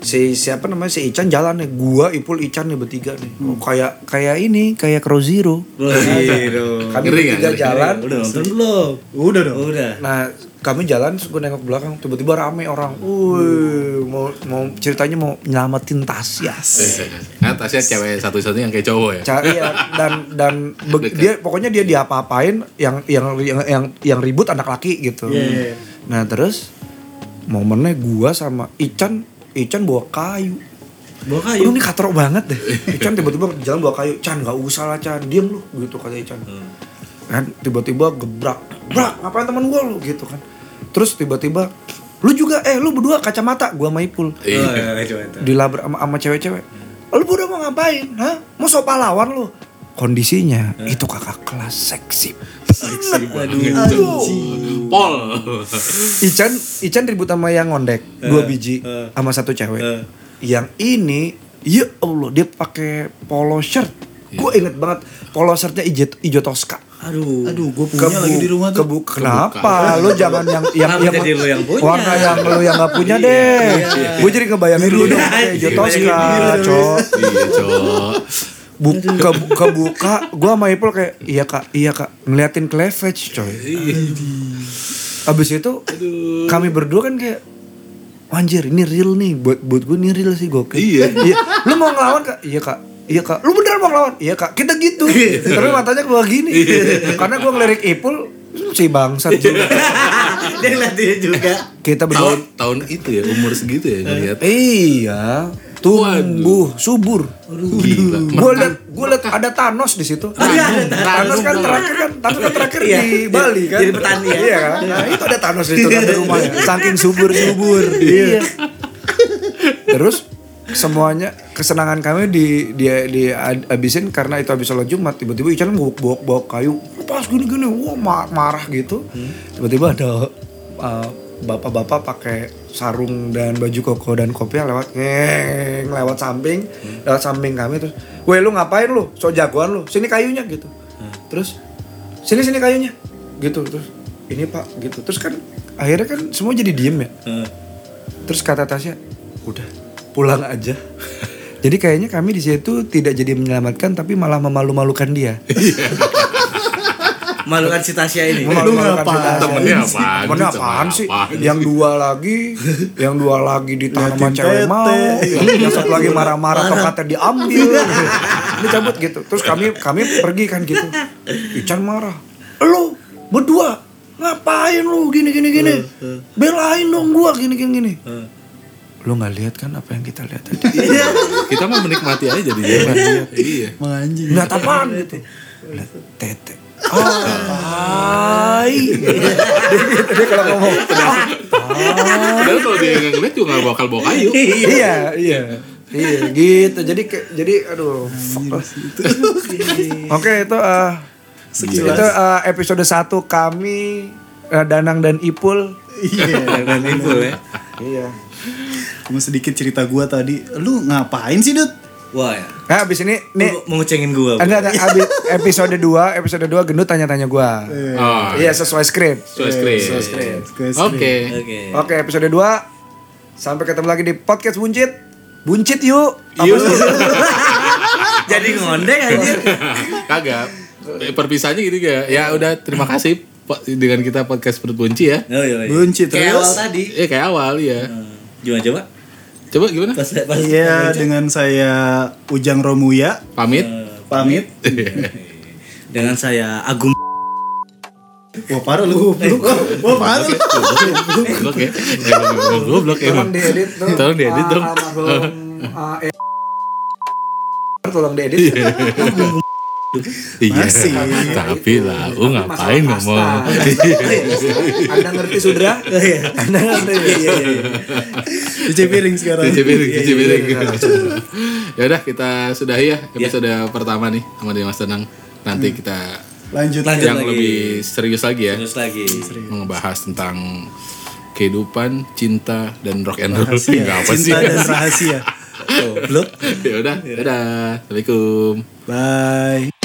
[SPEAKER 2] si siapa namanya si Ican jalan nih gua Ipul Ican nih bertiga nih Oh, kayak kayak ini kayak Crow Zero
[SPEAKER 5] Waduh.
[SPEAKER 1] Ngeri nggak?
[SPEAKER 2] kami bertiga
[SPEAKER 1] Ngeri.
[SPEAKER 2] jalan
[SPEAKER 5] Udah nonton belum?
[SPEAKER 6] udah dong.
[SPEAKER 5] Udah.
[SPEAKER 2] Nah, kami jalan terus gue nengok belakang tiba-tiba rame orang. Wuih, mau mau ceritanya mau nyelamatin Tasya.
[SPEAKER 1] Nah, Tasya cewek satu-satunya yang kayak cowok ya.
[SPEAKER 2] Cari ya, dan dan be-
[SPEAKER 1] Dekat.
[SPEAKER 2] dia pokoknya dia diapa-apain yang yang yang yang, yang ribut anak laki gitu.
[SPEAKER 6] Iya, iya.
[SPEAKER 2] Nah, terus momennya gua sama Ican Ican bawa kayu.
[SPEAKER 5] Bawa
[SPEAKER 2] Lu
[SPEAKER 5] kayu.
[SPEAKER 2] nih katrok banget deh. Ican tiba-tiba jalan bawa kayu. Can gak usah lah Can, diam lu gitu kata Ican. kan tiba-tiba gebrak gebrak ngapain teman gue lu gitu kan terus tiba-tiba lu juga eh lu berdua kacamata gua sama Ipul
[SPEAKER 5] Oh,
[SPEAKER 1] Iya.
[SPEAKER 5] iya, coba itu.
[SPEAKER 2] dilabrak sama, sama cewek-cewek lu berdua mau ngapain hah mau sok pahlawan lu kondisinya itu kakak kelas seksi
[SPEAKER 1] Seksi
[SPEAKER 2] iya.
[SPEAKER 1] banget. Pol.
[SPEAKER 2] Ican Ican ribut sama yang ngondek dua biji
[SPEAKER 5] eh.
[SPEAKER 2] sama satu cewek
[SPEAKER 5] Eh.
[SPEAKER 2] yang ini ya Allah dia pakai polo shirt
[SPEAKER 5] Iya.
[SPEAKER 2] gue inget banget polo shirtnya ijo, ijo toska
[SPEAKER 5] Aduh.
[SPEAKER 6] Aduh, gue punya lagi di rumah tuh.
[SPEAKER 2] kebu- kenapa lu jangan yang yang,
[SPEAKER 5] Kenapa jadi lu yang punya?
[SPEAKER 2] warna yang lu yang gak punya deh gue jadi ngebayangin lu dong kayak ijo
[SPEAKER 5] Iya,
[SPEAKER 2] toska
[SPEAKER 5] iya, iya.
[SPEAKER 2] cok
[SPEAKER 1] Iya, cok.
[SPEAKER 2] Bu- kebu- kebuka gue sama Ipul kayak iya kak iya kak ngeliatin cleavage coy abis itu kami berdua kan kayak anjir ini real nih buat buat gue ini real sih gokil Eh,
[SPEAKER 1] Iya.
[SPEAKER 2] lu mau ngelawan kak iya kak iya kak lu beneran mau ngelawan iya kak kita gitu tapi matanya keluar gini karena gue ngelirik Ipul si bangsat juga
[SPEAKER 5] Dia lihat dia juga.
[SPEAKER 2] kita
[SPEAKER 1] Tahun
[SPEAKER 2] berdua Eh.
[SPEAKER 1] tahun itu ya umur segitu ya ngeliat.
[SPEAKER 2] iya tumbuh subur
[SPEAKER 1] Gila.
[SPEAKER 2] gue liat gue liat ada Thanos di situ
[SPEAKER 5] Oh,
[SPEAKER 2] Thanos kan terakhir kan Thanos kan terakhir
[SPEAKER 5] Iya,
[SPEAKER 2] di
[SPEAKER 5] jadi-
[SPEAKER 2] Bali kan
[SPEAKER 5] jadi petani ya.
[SPEAKER 2] iya kan nah, itu ada Thanos di situ kan di rumahnya saking subur subur iya terus semuanya kesenangan kami di dia di abisin karena itu habis sholat Jumat tiba-tiba Ican bobok bobok bobok kayu pas gini gini wah ma- marah gitu tiba-tiba ada uh, bapak-bapak pakai sarung dan baju koko dan kopiah lewat ngeng lewat samping lewat samping kami terus weh lu ngapain lu so jagoan lu sini kayunya gitu terus sini sini kayunya gitu terus ini pak gitu terus kan akhirnya kan semua jadi diem ya
[SPEAKER 5] Heeh.
[SPEAKER 2] Terus kata Tasya, udah pulang aja. Jadi kayaknya kami di situ tidak jadi menyelamatkan tapi malah memalu-malukan dia.
[SPEAKER 5] Malukan si Tasya ini.
[SPEAKER 2] Memalu-malukan
[SPEAKER 6] Lu
[SPEAKER 2] si Tasya. Iya,
[SPEAKER 1] Temennya apaan?
[SPEAKER 2] Temennya
[SPEAKER 1] Temen
[SPEAKER 2] apaan sih?
[SPEAKER 1] apaan
[SPEAKER 2] Yang dua lagi, yang dua lagi ditanam sama
[SPEAKER 6] Liatin
[SPEAKER 2] cewek
[SPEAKER 6] tete.
[SPEAKER 2] mau, yang satu lagi marah-marah tokatnya diambil. Ini cabut gitu. Terus kami kami pergi kan gitu. Ican marah. Lu berdua ngapain lu gini gini gini? Belain dong gua gini gini gini. Lu nggak lihat kan apa yang kita lihat tadi?
[SPEAKER 1] Kita mah menikmati aja di Jerman. Iya.
[SPEAKER 6] Manjing.
[SPEAKER 2] Lihat apaan gitu. Lihat tete. Oh, tai. dia, dia kalau ngomong.
[SPEAKER 1] Padahal kalau dia nggak ngeliat juga nggak bakal bawa kayu.
[SPEAKER 2] iya, iya. Iya, gitu. Jadi kayak- jadi aduh. fuck lah. Oke, itu eh, itu eh, episode 1 kami eh, Danang dan Ipul.
[SPEAKER 6] Iya.
[SPEAKER 5] Malukan Ipul ya.
[SPEAKER 2] Iya.
[SPEAKER 6] Cuma sedikit cerita gua tadi. Lu ngapain sih, Dut?
[SPEAKER 5] Wah ya.
[SPEAKER 2] Nah, abis ini nih eh,
[SPEAKER 5] Lu mau ngecengin gua. Bu.
[SPEAKER 2] enggak, enggak, abis episode 2, episode 2 gendut tanya-tanya gua.
[SPEAKER 1] Oh,
[SPEAKER 2] Iya, sesuai skrip.
[SPEAKER 1] Suas keren.
[SPEAKER 6] Guys,
[SPEAKER 1] Oke.
[SPEAKER 5] Oke.
[SPEAKER 2] Oke, episode 2. Sampai ketemu lagi di podcast Buncit. Buncit yuk. Apa sih?
[SPEAKER 5] Jadi kan? ngondek
[SPEAKER 2] Oh,
[SPEAKER 5] anjir.
[SPEAKER 1] Kagak. Eh, Perpisahannya gitu ya. Ya udah terima kasih po- dengan kita podcast perut bunci ya.
[SPEAKER 5] Oh, iya, iya.
[SPEAKER 6] Buncit
[SPEAKER 5] Kayak awal
[SPEAKER 6] terus.
[SPEAKER 5] tadi.
[SPEAKER 1] Eh kayak awal ya.
[SPEAKER 5] Gimana coba?
[SPEAKER 1] Coba gimana?
[SPEAKER 5] Pas pas
[SPEAKER 6] Iya, dengan saya Ujang Romuya
[SPEAKER 1] Pamit.
[SPEAKER 6] pamit.
[SPEAKER 5] dengan saya Agung
[SPEAKER 6] Wah, parah lu.
[SPEAKER 1] Eh,
[SPEAKER 6] Wah, parah. lu.
[SPEAKER 1] Goblok ya. Eh, goblok, Goblok emang.
[SPEAKER 2] Tolong diedit dong.
[SPEAKER 1] Tolong diedit dong.
[SPEAKER 2] Ah, almarhum, ah, eh, Tolong diedit.
[SPEAKER 1] Iya.
[SPEAKER 6] Masih.
[SPEAKER 1] Tapi lah, lu ngapain
[SPEAKER 2] Masalah pasta.
[SPEAKER 1] ngomong?
[SPEAKER 2] Anda ngerti Sudra?
[SPEAKER 1] Iya.
[SPEAKER 2] Anda ngerti. Iya,
[SPEAKER 6] Cuci piring sekarang. Iya,
[SPEAKER 1] Cuci piring,
[SPEAKER 4] Iya,
[SPEAKER 1] cuci piring. Ya udah kita sudahi ya episode pertama nih sama Demas Tenang. Nanti kita
[SPEAKER 6] Lanjut.
[SPEAKER 5] Lanjut.
[SPEAKER 1] yang
[SPEAKER 5] lagi.
[SPEAKER 1] lebih serius lagi ya.
[SPEAKER 5] terus lagi.
[SPEAKER 6] Iya.
[SPEAKER 1] Ngebahas tentang kehidupan, cinta dan rock and roll.
[SPEAKER 6] Rahasia.
[SPEAKER 1] Enggak apa sih.
[SPEAKER 6] Iya. Cinta dan rahasia.
[SPEAKER 1] Ya udah, dadah. Assalamualaikum.
[SPEAKER 6] Bye.